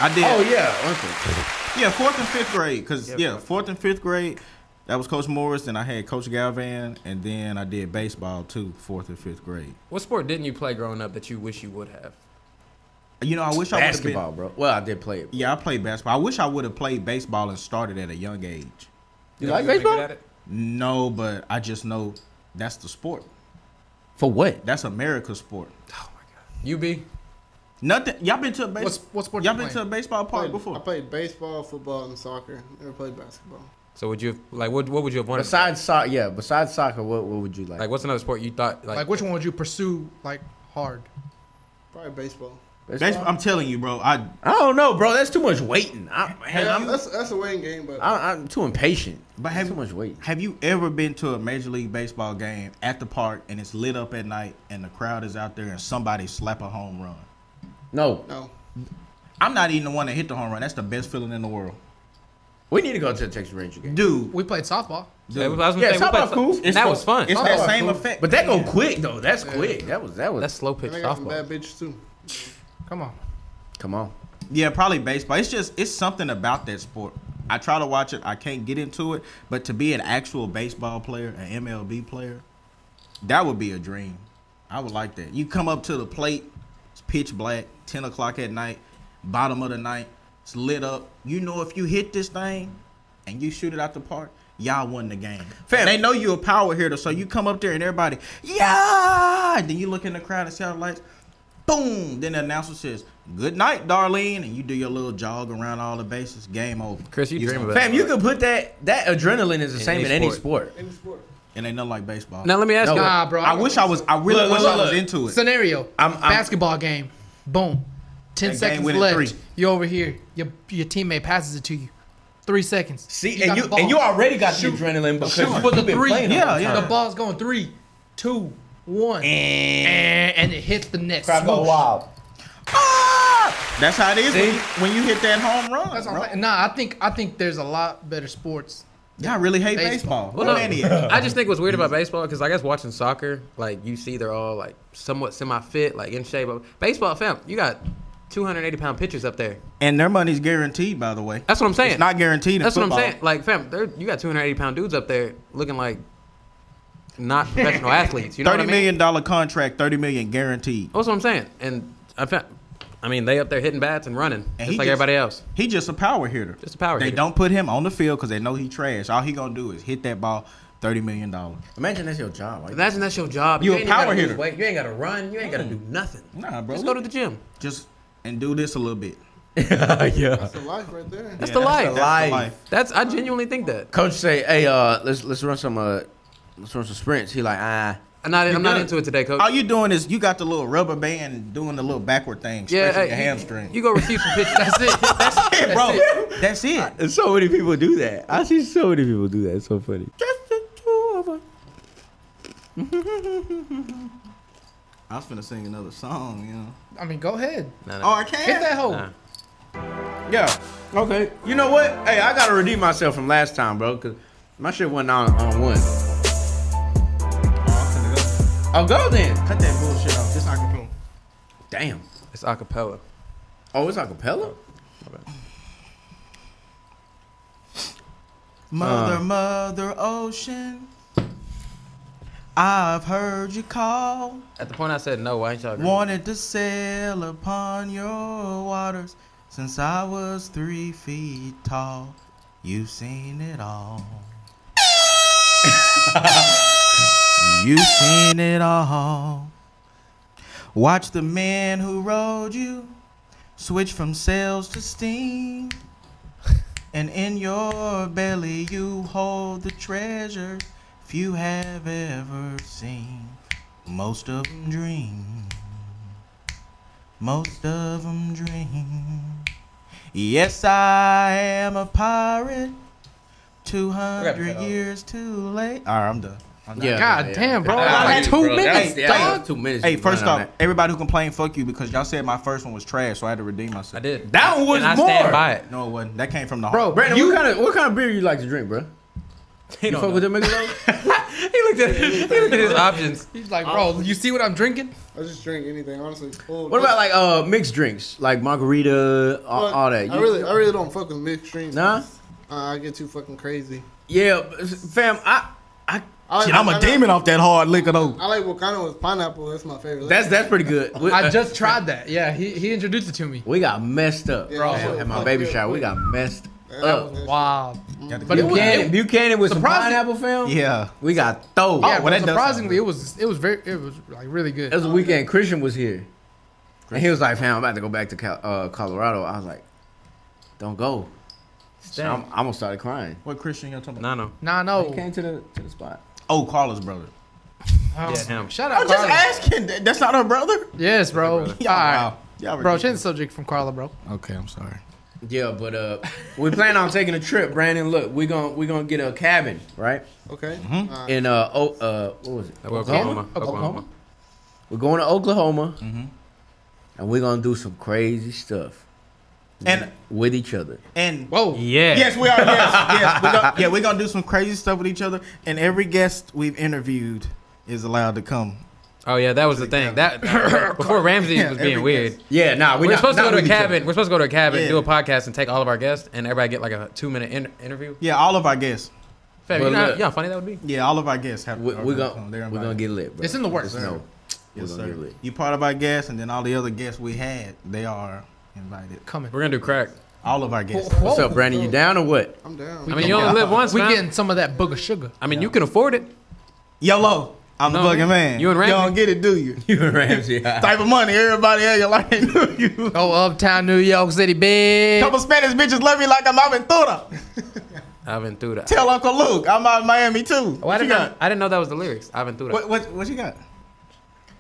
I did. Oh yeah, uncle. Yeah, fourth and fifth grade. Cause yeah, fourth and fifth grade. That was Coach Morris, and I had Coach Galvan, and then I did baseball too, fourth and fifth grade. What sport didn't you play growing up that you wish you would have? You know, I wish I would have been. Basketball, bro. Well, I did play it. Yeah, I played basketball. I wish I would have played baseball and started at a young age. You Were like really baseball? good at it? No, but I just know that's the sport. For what? That's America's sport. Oh, You be? Nothing. Y'all been to a What's baseball? what sport? Y'all you been to a playing? baseball I park played, before? I played baseball, football, and soccer. Never played basketball. So would you have, like what? What would you have wanted? Besides soccer, yeah. Besides soccer, what, what would you like? like what's another sport you thought like? Like which one would you pursue like hard? Probably baseball. Baseball- I'm telling you, bro. I I don't know, bro. That's too much waiting. I, man, Yeah, I'm, that's that's a winning game, but I, I'm too impatient. But But have- too much waiting. have you ever been to a major league baseball game at the park and it's lit up at night and the crowd is out there and somebody slap a home run? No, no. I'm not even the one that hit the home run. That's the best feeling in the world, we need to go to the Texas Ranger game. dude. We played softball. Yeah, I dude. was gonna Yeah, say, we softball played so- cool. It's That the- was fun. Oh, It's Softball that same cool. effect. But that go quick though. That's quick. That was that was. That's slow pitch And they got some bad softball. bitches too. Come on. come on. Yeah, probably baseball. It's just it's something about that sport. I try to watch it. I can't get into it, but to be an actual baseball player, an MLB player, that would be a dream. I would like that. You come up to the plate, it's pitch black, ten o'clock at night, bottom of the night, it's lit up. You know if you hit this thing and you shoot it out the park, y'all won the game. Fam. They know you a power hitter, so you come up there and everybody, yeah. And then you look in the crowd and see how the lights. Boom! Then the announcer says, "Good night, Darlene," and you do your little jog around all the bases. Game over. Chris, you dream about- Fam, you can put that. That adrenaline is the In same any in any sport. sport. Any sport. And they know like baseball. Now let me ask No. you. Nah, bro. I wish I was. I really Look, wish look, I was look. into it. Scenario. I'm- I'm- basketball game. Boom. Ten That game seconds winning left. three. You're over here. Your your teammate passes it to you. Three seconds. See, got and you the ball. and you already got the adrenaline because Shoot you've for the been three. playing all Yeah, the yeah. time. The ball's going three, two, one, and, and it hits the net. Crowd go Swoosh. wild. Ah! That's how it is when See? you, when you hit that home run. That's what bro. I'm saying. Nah, I think I think there's a lot better sports. Y'all really hate baseball. Baseball. What Well, no, maniac. I just think what's weird about baseball because I guess watching soccer, like you see, they're all like somewhat semi-fit, like in shape. But baseball, fam, you got 280 pound pitchers up there. And their money's guaranteed, by the way. That's what I'm saying. It's not guaranteed. In That's football. what I'm saying. Like, fam, they're- you got 280 pound dudes up there looking like not professional athletes. You know what I Thirty mean? million dollar contract, thirty million guaranteed. That's what I'm saying. And I, fa- I mean, they up there hitting bats and running, And just he like just- everybody else. He just a power hitter. Just a power They hitter. don't put him on the field because they know he trash. All he gonna do is hit that ball, thirty million dollars. Imagine that's your job. Like, Imagine that's your job. You a ain't even gotta power lose hitter. Mm. weight. You ain't got to run. You ain't got to do nothing. Nah, bro. Just go to the gym. Just and do this a little bit. yeah. That's a life right there. That's the life. That's the life. life. That's I genuinely think that. Coach say, "Hey, uh, let's let's run some uh, let's run some sprints." He like, ah, I'm not. I'm not done. into it today, coach. All you doing is you got the little rubber band doing the little backward thing, yeah, stretching hey, your you- hamstring. You, go receive some pitches. That's it. That's it, Hey, bro, that's it. and so many people do that. I see so many people do that. It's so funny. I was finna sing another song, you know. I mean, go ahead. No, no. Oh, I Hit Oh, can't. that hole. Nah. Yeah. Okay. You know what? Hey, I gotta redeem myself from last time, bro, because my shit wasn't on, on one. I'm finna go. Oh, go then. Cut that bullshit off. This acapella. Damn. It's acapella. Oh, it's acapella? Mother, Uh. mother ocean, I've heard you call. At the point I said no, why ain't y'all? agree? Wanted to sail upon your waters since I was three feet tall. You've seen it all. You've seen it all. Watch the men who rode you switch from sails to steam. And in your belly you hold the treasure few have ever seen. Most of 'em dream. Most of 'em dream. Yes, I am a pirate. 200 years too late. All right, I'm done. I'm done. God damn, bro. That- I that- had two that was- minutes, that was dog. Two minutes. Hey, you first went on off, everybody who complained, fuck you, because y'all said my first one was trash, so I had to redeem myself. I did. That one was and I more. stand by it. No, it wasn't. That came from the Bro, heart. that. Brandon, you what kind of what kind of beer you like to drink, bro? He, You don't fuck know. with them niggas? though? he looked at he looked at his options. He's like, bro, you see what I'm drinking? I just drink anything, honestly. Oh, what about like uh mixed drinks, like margarita, all, fuck. all that? I You- really, I really don't fuck with mixed drinks. Nah? Uh, I get too fucking crazy. Yeah, but, fam. I, I, I, Shit, I'm I- a I- demon off that hard liquor, though. I like Wakanda with pineapple. That's my favorite. that's that's pretty good. We, I just tried that. Yeah, he, he introduced it to me. we got messed up, Yeah, bro. that shit At my was baby good. shower, we got messed That up. was- Wow. Got the But it was, Buchanan, it, Buchanan with some surprising- pineapple film. Yeah. Oh, we got throw. well, yeah, but that does sound surprisingly, good. it was it was very it was like really good. It was a weekend. Christian was here, and he was like, "Fam, I'm about to go back to Cal- uh, Colorado." I was like, "Don't go." And I'm, I almost started crying. What Christian you're talking about? No, no. Nah, He no. came to the to the spot. Oh, Carla's brother. Um, Yeah, him. Shout I'm out, just Carla. asking. That- That's not her brother. Yes, bro. All Y'all, right. wow. Y'all Bro, change the ridiculous. subject from Carla, bro. Okay, I'm sorry. Yeah, but uh, we plan on taking a trip, Brandon. Look, we gonna we gonna get a cabin, right? Okay. Uh, In uh, o- uh, what was it? Oklahoma. Oklahoma. We're going to Oklahoma, and we're gonna do some crazy stuff And with each other. and Whoa. Yeah. yes, we are. Yes, yes. We're gonna, yeah, we're gonna do some crazy stuff with each other. And every guest we've interviewed is allowed to come. Oh yeah, that was the thing. That before Ramsey Yeah, was being every weird. guest. Yeah, nah, we're, We're not- supposed to not go to a with each other. cabin. We're supposed to go to a cabin, Yeah. do a podcast, and take all of our guests, and everybody get like a two-minute in- interview. Yeah, all of our guests. Fam, But you, know, how- look- you know how funny that would be? Yeah, all of our guests have. We, are gonna we're gonna come. They're we're gonna invited. get lit. Bro. It's in the works. Just know, we're Yes, gonna get sir. Oh. lit. You part of our guests, and then all the other guests we had, they are invited. Coming. We're gonna do crack. All Oh. of our guests. Whoa. What's up, Brandon? You down or what? I'm down. I mean, you only live once, We man. getting some of that booger sugar. I mean, you can afford it. YOLO. I'm No, the fucking man. you and Ramsey. You don't get it, do you? You and Ramsey. I Type of money everybody else like do you. Oh, uptown New York City, big. Couple Spanish bitches love me like I'm Aventura. I've been through that. Tell Uncle Luke I'm out of Miami too. Oh, I What you didn't know. got? I didn't know that was the lyrics. I've been through that. What, what what you got?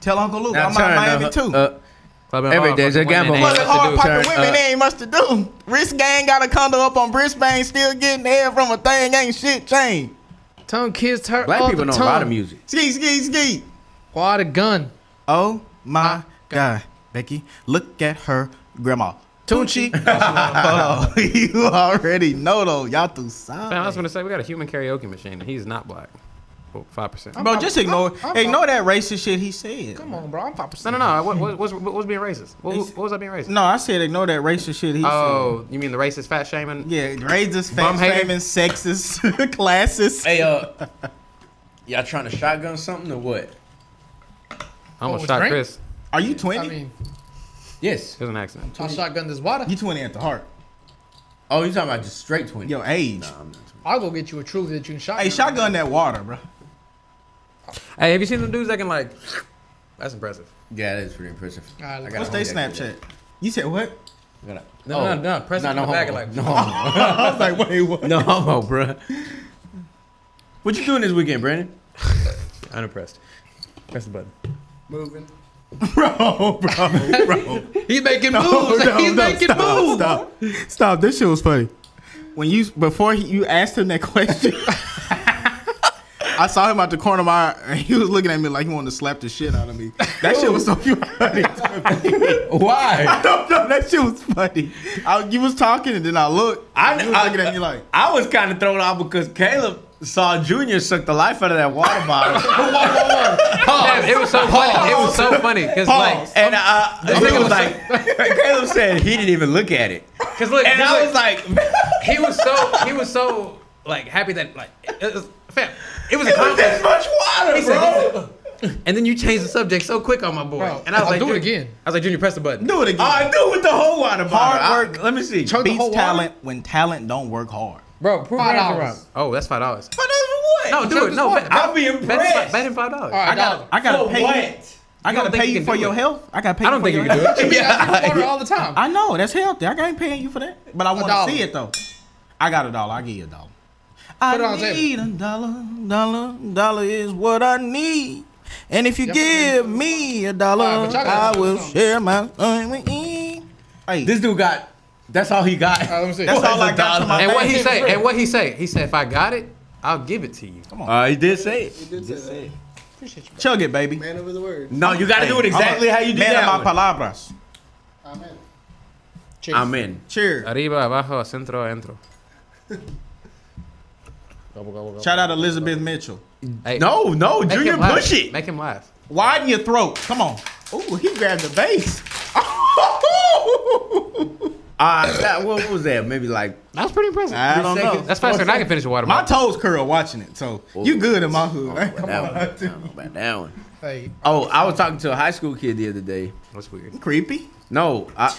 Tell Uncle Luke I'm out of Miami too. uh, Club and every Hall, day's a fucking women gamble. ain't Well, Wasn't much to hard do. popping Turn women, up. they ain't much to do. Wrist gang got a condo up on Brisbane, still getting head from a thing, ain't shit changed. Tongue kissed her. Black other people know tongue. a lot of music. Ski, ski, ski. Water gun. Oh my God, Becky, look at her grandma. Tunchi. Hold on. You already know though. Y'all too Fam, I solid. was gonna say we got a human karaoke machine, and he's not black. Five percent. Bro, just ignore I'm- I'm- ignore that racist shit he said. Come on, bro. I'm five No, percent. no, no. What, what, what's, what was being racist? What, what was I being racist? No, I said ignore that racist shit he Oh, you mean the racist fat shaming? said. Yeah, racist, Bum fat hater. shaming, sexist, classist. Hey, uh, y'all trying to shotgun something or what? I almost Oh, shot drink? Chris. Are you 20? I mean, Yes. It was an accident. I shotgun this water. you 20 at the heart. Oh, you talking about just straight twenty? Yo, age. I'm not I'll go get you a truly that you can shotgun. Hey, shotgun that water, bro. Hey, have you seen the dudes that can like? That's impressive. yeah, that is pretty impressive. All right, I let's- gotta What's they hold that Snapchat? You said what? shit. I gotta- No, Oh. no, no, press it in the homo. back, like- no, homo. I was like, wait, what? no, homo, bro. What you doing this weekend, Brandon? Unimpressed. Press the button. Moving. Bro, bro, bro. He making moves. He's making moves. Stop. Stop. This shit was funny. When you before he, you asked him that question, I saw him out the corner of my eye, and he was looking at me like he wanted to slap the shit out of me. That shit was so funny. Why? no, no, that shit was funny. I, you was talking and then I looked. I, you was I, looking at me like, I was kind of thrown off because Caleb saw Junior suck the life out of that water bottle, Damn, it was so funny. It was so funny because like, and uh, the I'm- nigga was I'm- like, Caleb said he didn't even look at it, because look, and he I look- was like, he was so he was so like happy that like it was, fam, it was a it was this compliment. much water, He said- he bro. said, "Ugh." and then you changed the subject so quick on my boy, Bro, and I was I'll like, do it "Junior-" again. I was like, Junior, press the button. do it again. All I do with the whole water bottle. Hard I- work. let me see. Chug the beats whole water? talent when talent don't work hard. Bro, prove Five me dollars. wrong. Oh, that's five dollars. But that's what? No, do check it. this No, one. bet, I'll be bet, bet, impressed. him five dollars. All right, I dollar. got, I gotta For pay you. what? I You gotta don't think pay you you can for do your it? health. I gotta pay. I don't for think your you can do health. it. You guys drink water all the time. I know that's healthy. I ain't paying you for that, but I want dollar. to see it though. I got a dollar. I give you a dollar. I it on the need a dollar. Dollar, dollar is what I need. And if you give me a dollar, Alright, but y'all gotta I do will something. share my time with you. Hey, This dude got. That's all he got. All right, let me see. that's What all is I a got to dollar? my And what he bank. say? And what he say? He said, if I got it, I'll give it to you. Uh, he did say it. Did say that. Appreciate you. Chug it, baby. Man over the word. No, you got to do it exactly I'm a how you did man that. of my one. palabras. Amen. Cheers. I'm in. Cheers. Arriba, abajo, centro, entro. Shout out Elizabeth Mitchell. Hey, No, no, make him Junior, laugh. push it. Make him laugh. Widen your throat. Come on. Ooh, he grabbed the base. Uh, that, what was that? Maybe like That was pretty impressive. I don't know. That's faster than I can finish the water My bottle. toes curl watching it, so you good in my hood. I don't know about Come Oh, that one. I on, don't know about that one. Hey, Oh, I was talking to a high school kid the other day. That's weird. creepy. No, I,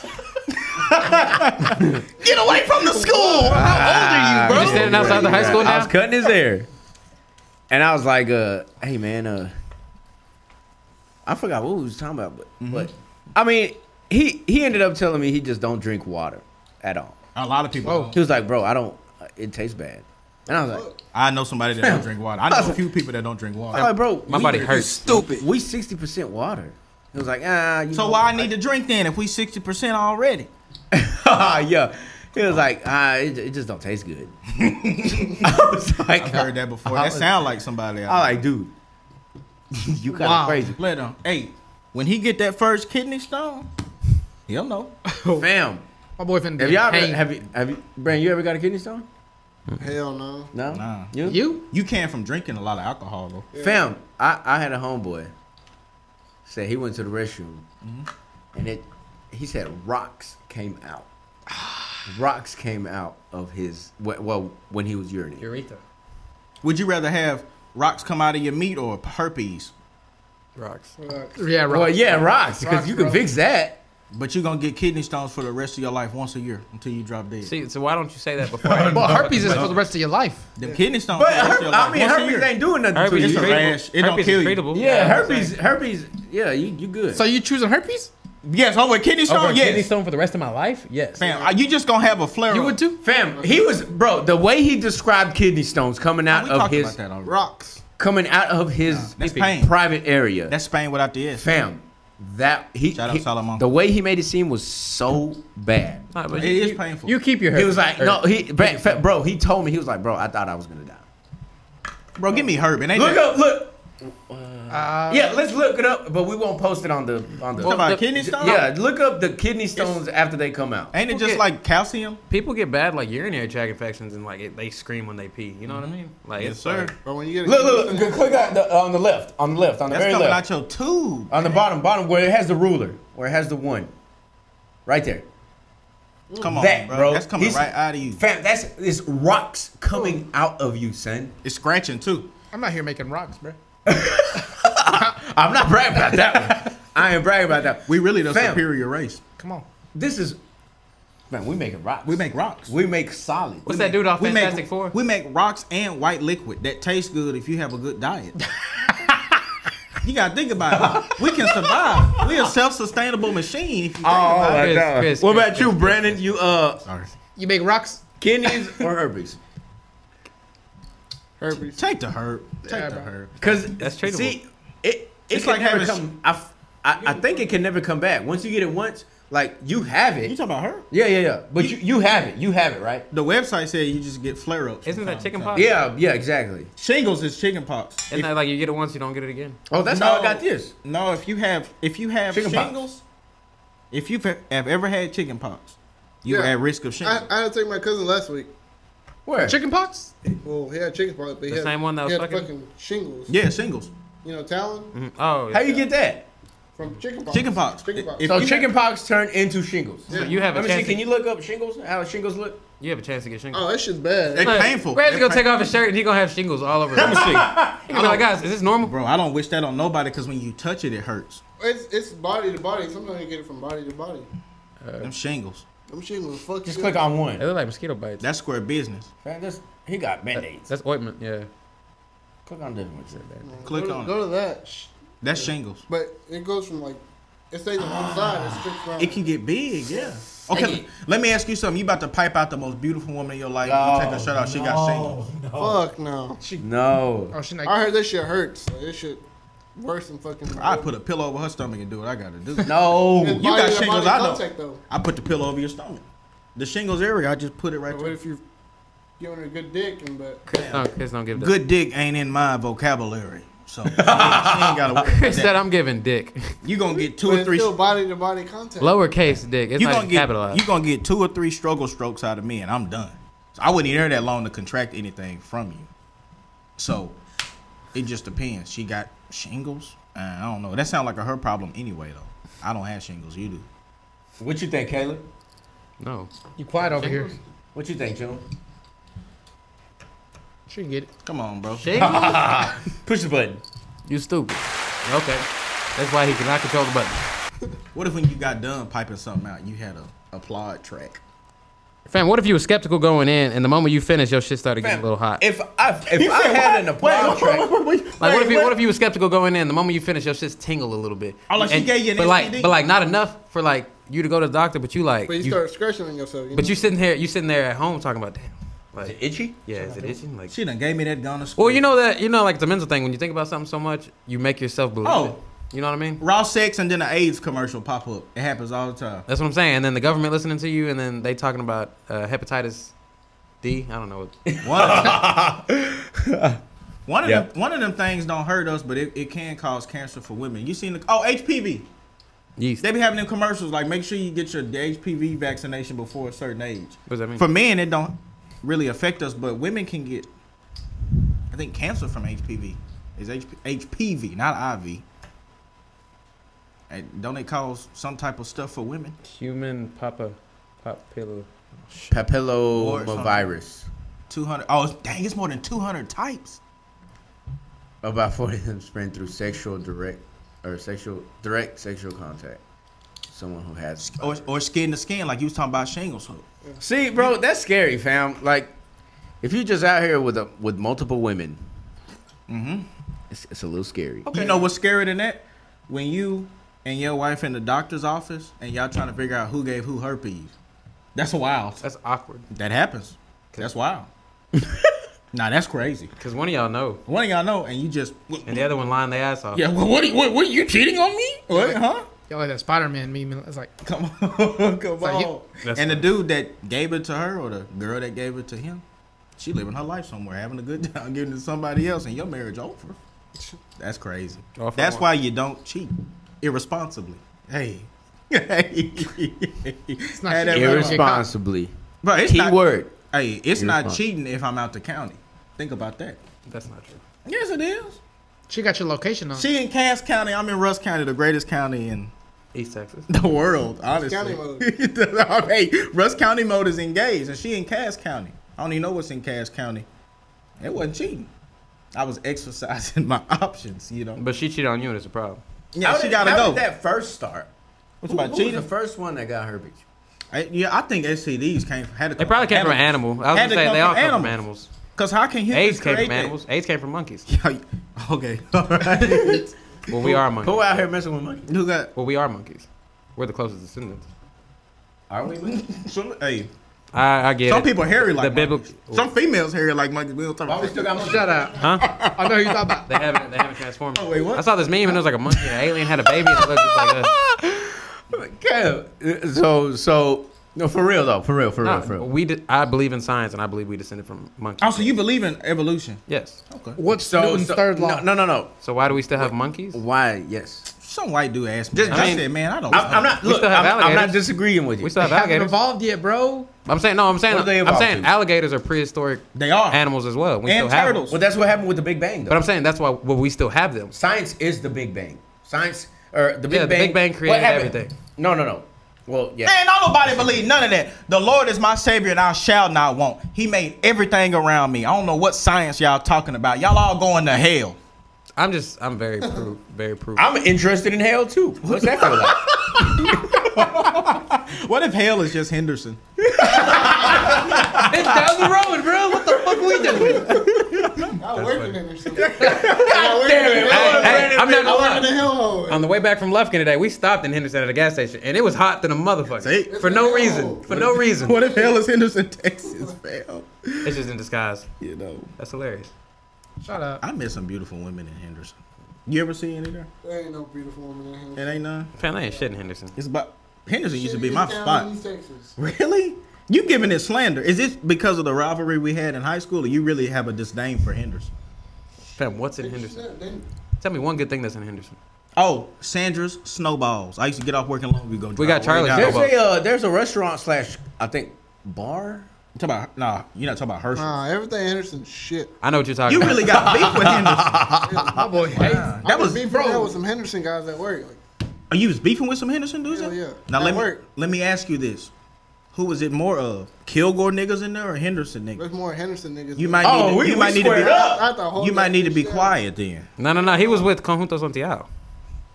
Get away from the school. Ah, How old You are you, just bro? standing outside the high school I now? was cutting his hair, and I was like, uh, "Hey, man, uh, I forgot what we was talking about, but, but I mean, he he ended up telling me he just don't drink water at all. A lot of people. He was like, "Bro, I don't. uh, It tastes bad," and I was like, I know somebody that don't drink water. I know a few people that don't drink "I'm like, water. bro, My we- body hurts. Stupid. We sixty percent water." He was like, "Ah, you So know, why I need to drink then if we sixty percent already? yeah. He was like, ah, it, it just don't taste good. I was like, I've heard that before. That sound like somebody. I Else. like, dude, you kind of Wow. crazy, Let him. Hey, when he get that first kidney stone, he'll know. fam. my boy finna be Have in y'all ever, pain. have you, have you, Brand, you ever got a kidney stone? Hell no. No, Nah. you, you? You can from drinking a lot of alcohol though. fam. I, I had a homeboy said he went to the restroom, Mm-hmm. and it, he said rocks came out. rocks came out of his well, well when he was urinating. Urethra. Would you rather have rocks come out of your meat or herpes? Rocks. Yeah, right. Well, yeah, rocks because Rocks, you can bro. fix that. But you're gonna get kidney stones for the rest of your life once a year until you drop dead. See, so why don't you say that before? I- Well, herpes is for the rest of your life. Them kidney stones. But for the rest of her, your I life, mean, once a herpes year. ain't doing nothing herpes to is you. a treatable. rash. It don't herpes kill is you. treatable. Yeah, herpes, herpes. Yeah, you you good. So you choosing herpes? Yes, over a kidney stone. Over a yes, kidney stone for the rest of my life? Yes. fam. Are you just gonna have a flare? You up? would too? fam, he was bro. The way he described kidney stones coming out We of talked his about that already. Rocks. coming out of his that's pain. private area. That's Spain without the S. fam. That he, Shout out he Solomon. the way he made it seem was so bad. Nah, but It you- is you- painful. You keep your herpes. He was like, no, he bro, fa- bro. He told me he was like, bro. I thought I was gonna die. Bro, give me herb. It ain't Look that- up, look. Uh, Yeah, let's look it up, but we won't post it on the on the. Talking about kidney stone. yeah, look up the kidney stones after they come out. Ain't it just Forget- like calcium? People get bad like urinary tract infections and like it, they scream when they pee. You know what I mean? Like it's like- But when you get a Look, look, look click on the, on the left, on the left, on the That's very coming left. out your tube. On the bottom, bottom where it has the ruler, where it has the one, right there. Come on, that, bro. bro. That's coming He's- right out of you. Fam, that's it's rocks coming out of you, son. It's scratching too. I'm not here making rocks, bro. I'm not bragging about that one. I ain't bragging about that. We really the Fam. superior race. Come on. this is, man. We making rocks. We make rocks. We make solid. What's that dude off we Fantastic make, Four? We make rocks and white liquid that tastes good if you have a good diet. you gotta think about it. We can survive. We're a self-sustainable machine. If you Oh. think about it. Oh, Chris, God. Chris, What Chris, about you, Brandon? You uh, Sorry. You make rocks? kidneys or herpes? herpes. Take the herb. Take Yeah, the bro. herb. Because That's treatable. See, it, it It's can like never having- come. I, I, I think it can never come back. Once you get it once, Like you have You it. talking about her? Yeah, yeah, yeah. But you, you have it. You have it, right? The website said you just get flare ups. Isn't that chicken pox? Yeah, yeah, exactly. Shingles is chicken pox. Isn't If- that like you get it once, you don't get it again? Oh, that's how I No. got this. no, if you have if you have Chicken pox. shingles, if you have ever had chicken pox, you're Yeah. at risk of shingles. I, I had to take my cousin last week. Where? Chickenpox? Well, he had chicken pox, but he The had, same one that he was had fucking- fucking shingles. yeah, shingles. You know, Talon Mm, Oh, yeah. How you get that? from chicken pox. Chicken pox. Chicken pox. If- So you- chickenpox turned into shingles. Yeah. you have a Let me see. chance. Can to, you you, look up shingles? How shingles look? have a chance to get shingles. oh, that shit's bad. They Look, painful. Brad's They gonna take pain- off his shirt and he gonna have shingles all over. Let me him. see. He gonna be like, guys, is this normal? Bro, I don't wish that on nobody because when you touch it, it hurts. It's it's body to body. Sometimes you get it from body to body. Them shingles. Them shingles fuck Just you click up. on one. They look like mosquito bites. That's square business. Man, this, he got band-aids. That's ointment. Yeah. Click on different ones. Click go to, on it. Go to that. Sh- That's shingles. But it goes from like it stays on one side. It strips around. It can get big, yeah. Okay, Hey. let me ask you something. You about to pipe out the most beautiful woman in your life. you take her shirt off, she got shingles. Fuck no. No. Oh, she not. I heard this shit hurts. Like, this shit worse than fucking. I put a pillow over her stomach and do what I gotta do. No. you got Body to body shingles, I know. contact, though. I put the pillow over your stomach. The shingles area, I just put it right But what there. if you giving her a good dick and but Chris, no, Chris don't give dick. Good dick ain't in my vocabulary. So she ain't gotta worry about Chris said, that. "I'm giving dick, You gonna get two but or it's three still body to body contact. lowercase dick. It's you not gonna even get capitalized." you gonna get two or three struggle strokes out of me, and I'm done. So I wouldn't even hear that long to contract anything from you. So it just depends. She got shingles. Uh, I don't know. That sounds like a her problem anyway, though. I don't have shingles. You do. What you think, Caleb? no. You quiet over here. What you think, Joe? She can get it. Come on, bro. Shingles? Push the button. you stupid. Okay. That's why he cannot control the button. What if when you got done piping something out, you had a applaud track? Fam, what if you were skeptical going in, and the moment you finish, your shit started getting a little hot? If I if I had an applause track, Like, what if you what if you were skeptical going in? The moment you finish, your shit's tingle a little bit. Oh, like she And- gave you an but STD? like, but like not enough for like you to go to the doctor. But you like, But you, you- start scratching on yourself. You but know? you sitting here, you sitting there at home talking about, damn, is it like, itchy? yeah, is it itching? Like, She done gave me that gun to school. well, you know that you know like the mental thing. When you think about something so much, you make yourself believe. Oh. it. you know what I mean? raw sex and then an AIDS commercial pop up. It happens all the time. That's what I'm saying. And then the government listening to you, and then they talking about uh, hepatitis D. I don't know. what- One of them, one, of Yeah. them, one of them things don't hurt us, but it, it can cause cancer for women. You seen the oh HPV? Yeast. They be having them commercials like make sure you get your HPV vaccination before a certain age. What does that mean? For men, it don't really affect us, but women can get, I think, cancer from HPV. Is HPV not IV? Hey, don't they cause some type of stuff for women? Human papa, pop pillow. Papillomavirus. Two hundred. Oh it's- dang, it's more than two hundred types. About forty of them spread through sexual direct or sexual direct sexual contact. Someone who has Or, or skin to skin, like you was talking about shingles. So See, bro, that's scary, fam. Like, if you just out here with a with multiple women, Mm-hmm. it's, it's a little scary. You know what's scarier than that? When you and your wife in the doctor's office and y'all trying to figure out who gave who herpes. That's wild. That's awkward. That happens. That's wild. nah, that's crazy. Cause one of y'all know, One of y'all know, and you just and the other one lying their ass off. yeah. Well, what? Are you, what, what? You cheating on me? What? Huh? Y'all like that Spider Man meme. It's like, Come on, come like you- on. That's and the dude that gave it to her, or the girl that gave it to him, she living her life somewhere, having a good time, giving it to somebody else, and your marriage over. That's crazy. All for That's one. why you don't cheat irresponsibly. Hey. Hey, it's not cheating. Irresp- Irresponsibly. Bro, it's not- Keyword. Hey, it's not Irrespons- cheating if I'm out the county. Think about that. That's not true. Yes, it is. she got your location on. She in Cass County. I'm in Russ County, the greatest county in East Texas. the world, honestly. County mode. hey, Russ County mode is engaged, and she in Cass County. I don't even know what's in Cass County. It wasn't cheating. I was exercising my options, you know. But she cheated on you, and it's a problem. yeah, how she did, gotta how go. did that first start? What's Who, about who was cheating? the first one that got herpes? I- yeah, I think STDs came had to They probably came from an animal. I was Had gonna to say come they from all come animals. from animals. Cause how can humans AIDS came create from that? animals. AIDS came from monkeys. okay, all right. Well, we are Who monkeys. out here messing with money? Who got? Well, we are monkeys. We're the closest descendants. Are we? monkeys? Some, hey, I, I get some it. people hairy like biblical- monkeys. Some females hairy like monkeys. We don't talk Why about we still got money? Shut up. Huh? I know who you talking about. They haven't. They haven't transformed. Oh, wait, what? I saw this meme and it was like a monkey, and an alien had a baby, and it looked just like us. Kev, so so no for real though for real for real No, for real. we did, I believe in science, and I believe we descended from monkeys. Oh, so you believe in evolution? Yes. What's Newton's third law? No, no, no, So why do we still have monkeys? no. Why? Yes. Some white dude asked me. Just- that. I just- said, man, I don't. I'm, I'm not. We Look, still have I'm, I'm not alligators. disagreeing with you. We still have Haven't alligators. evolved yet, bro. I'm saying no. I'm saying What do they I'm evolve saying to? alligators are prehistoric They are. animals as well. We And still have them. turtles. well, that's what happened with the Big Bang. Though. But I'm saying that's why well, we still have them. Science is the Big Bang. Science or the Big Yeah, the Bang. Big Bang what created happened? everything. No, no, no. Well, yeah. Man, don't nobody believe none of that. The Lord is my savior, and I shall not want. He made everything around me. I don't know what science y'all talking about. Y'all all going to hell. I'm just I'm very proof, very proof. I'm interested in hell too. What's that feel like? What if hell is just Henderson? It's down the road, bro. What the fuck we doing? I'm working in or something. God damn it, Hey, hey, I'm not gonna I'm in lie. a hellhole. On the way back from Lufkin today, we stopped in Henderson at a gas station, and it was hot than a motherfucker. For no reason. For no reason. What if hell is Henderson, Texas, fam? It's just in disguise. You know, That's hilarious. Shut up. I met some beautiful women in Henderson. You ever see any there? There ain't no beautiful woman in It hell. ain't none. Man, they ain't shit in Henderson. It's about Henderson used to Shit, be it's my down spot. in East Texas. Really? You giving it slander? Is this because of the rivalry we had in high school, or you really have a disdain for Henderson? Fam, what's in Henderson? Shit, they- Tell me one good thing that's in Henderson. Oh, Sandra's snowballs. I used to get off work and long. We go. We got Charlie's There's Snowball. a uh, there's a restaurant slash I think bar. Talk about nah. You're not talking about Herschel. Nah, everything Henderson shit. I know what you're talking You about. really got beef with Henderson. My boy hates. That was beefing bro. bro. with some Henderson guys at work. Like, Are you was beefing with some Henderson dudes? Hell yeah. Now At let me work. let me ask you this: Who was it more of, Kilgore niggas in there or Henderson niggas? there's more Henderson niggas. You than- might Oh, need to, we- you we might need to be squared up. I thought whole you might niggas need to be shit. quiet then. No, no, no. He was with Conjunto Santiago.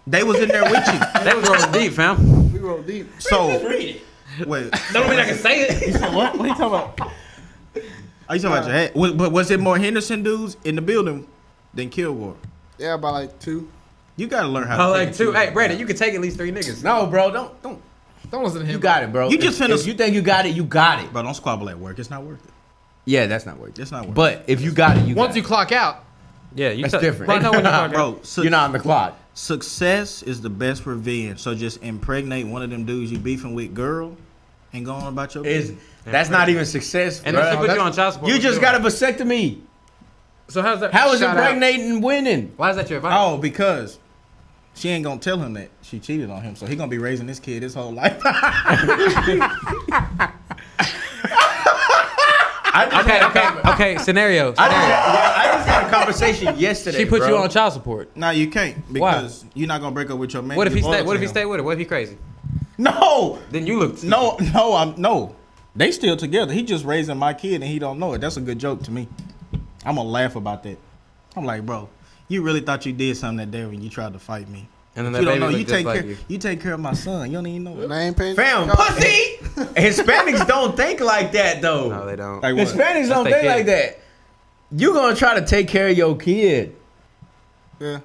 They was in there with you. They was rolling deep, fam. We roll deep. So wait, Don't mean I can say it. what? What are you talking about? Are you talking about your head? Wa- But was it more Henderson dudes in the building than Kilgore? Yeah, by like two. You gotta learn how. I to like take it two. to- Hey, Brandon, you can take at least three niggas. No, bro, don't don't. Don't listen to him. You got it, bro. You just If- finna- if you think you got it, you got it. Bro, don't squabble at work. It's not worth it. Yeah, that's not worth it. It's not worth it. But if you got it, you Once got you it. clock out, Yeah, you That's tell- different. They know when you're talking. Bro, su- you're not on the clock. success is the best revenge. So just impregnate one of them dudes you beefing with, girl, and go on about your Is business. that's not even success. And bro. then she put you that's- on child support. You for just doing got a it. vasectomy. So how's that? How is Shout out. impregnating winning? Why is that your advice? Oh, because she ain't gonna tell him that she cheated on him, so he gonna be raising this kid his whole life. Okay, okay, okay. Scenario. I just, yeah, I just had a conversation yesterday. She put bro. you on child support. no, you can't because you're not gonna break up with your man. What if he You're loyal stay? What to if he him. stay with her? What if he crazy? No, Then you look. no, no, I'm no. They still together. He just raising my kid and he don't know it. That's a good joke to me. I'm gonna laugh about that. I'm like, bro, you really thought you did something that day when you tried to fight me. And then You that don't baby know. look You just take like care. you. You. take care of my son. You don't even know it. And I ain't paying. Fam, y'all- pussy. Hispanics don't think like that though. No, they don't. Like what? Hispanics That's don't they think kid. like that. You gonna try to take care of your kid? Yeah.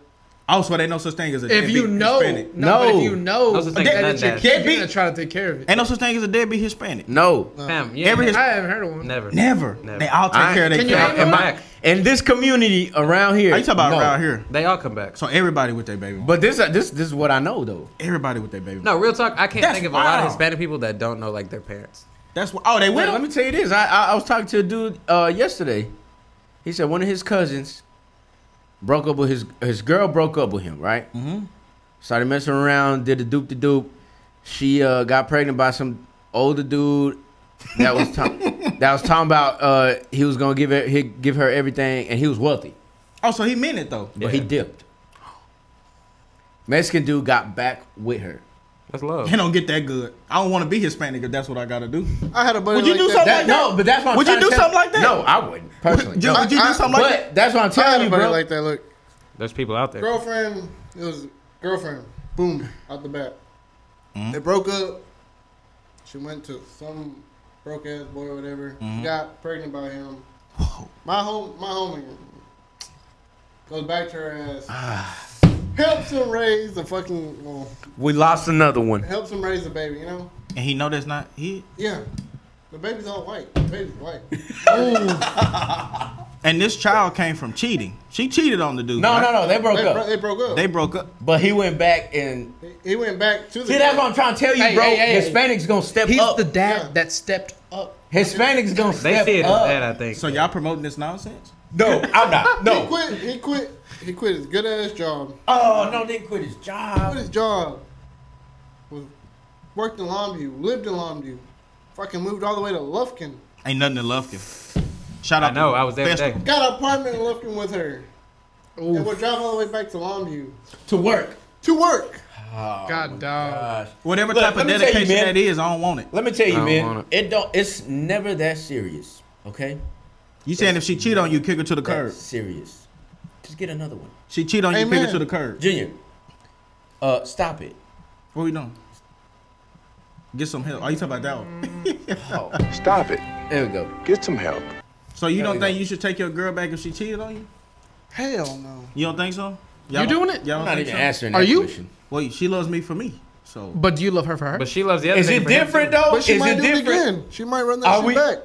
Also, they no such thing as a if deadbeat you know, Hispanic. no, but No. if you know, I was just thinking That- that. that that- chick- you're gonna Deadbeat. try to take care of it. Ain't no such thing as a deadbeat Hispanic. No. Fam, yeah. Every I haven't heard of one. never. Never. Never. They all take I- care of their Can you kid. have in one? my in this community around here. Are you talking about no. around here? They all come back. So everybody with their baby. But But this uh, this this is what I know though. everybody with their baby. No, real talk. I can't That's think of a lot wild. of Hispanic people that don't know like their parents. That's what. Oh, they Wait, with let him. me tell you this. I, I I was talking to a dude uh, yesterday. He said one of his cousins broke up with his his girl broke up with him, right? Mm-hmm. Started messing around, did a dupe de dupe. She uh, got pregnant by some older dude that was ta- that was talking about uh, he was gonna give her he give her everything, and he was wealthy, Oh, so he meant it though. but he dipped. Mexican dude got back with her. That's love. It don't get that good. I don't want to be Hispanic if that's what I gotta do. I had a buddy. Would you like do that. something That- no, but that's what I'm Would you trying do to tell- something like that? No, I wouldn't personally. Ju- No. Would you I- do something like that? But that's what I'm I telling had you, a buddy bro. like that. Look, There's people out there. girlfriend. It was girlfriend. Boom, out the bat. Mm-hmm. They broke up. She went to some broke ass boy or whatever. Mm-hmm. Got pregnant by him. My home, my homie goes back to her ass. Ah. helps him raise the fucking. Well, we lost another one. helps him raise the baby. You know. And he know that's not he. Yeah. The baby's all white. The baby's white. And this child came from cheating. She cheated on the dude. No, right? no, no. They broke They, bro- up. they broke up. They broke up. But he went back and he went back to the. see that's what I'm trying to tell you, Hey, bro. hey, hey, hey. Hispanics gonna step He's up. the dad Yeah. that stepped up. Hispanics gonna They step see it as up. that, I think. So y'all promoting this nonsense? No, I'm not. He No. quit. He quit. He quit his good ass job. Oh no, didn't quit his Quit job. his job. Was worked in Longview. Lived in Longview. Fucking moved all the way to Lufkin. Ain't nothing in Lufkin. Shout out. I know. to I was there Festival. today. Got an apartment in Lufkin with her. Oh, And we'll drive all the way back to Longview To work. to work. Oh, God, my dog. gosh. Whatever Look, type let of me tell you, dedication man. that is, I don't want it. Let me tell you, I don't man. want it don't. It's never that serious. Okay. You saying if she cheat on you, kick her to the curb. That's serious. Just get another one. She cheat on you, Amen. pick her to the curb. Junior, uh, stop it. What we doing? Get some help. Are you talking about that one? Oh, Stop it. there we go. Get some help. So you we don't go. think you should take your girl back if she cheated on you? Hell no. You don't think so? You Y'all doing don't- it? Y'all don't I'm not think even so? answering Are that you? question. Well, she loves me for me. So But do you love her for her? But she loves the other Is thing it for him, too. different though? But she is might it do different? it again. She might run that Are shit we- back.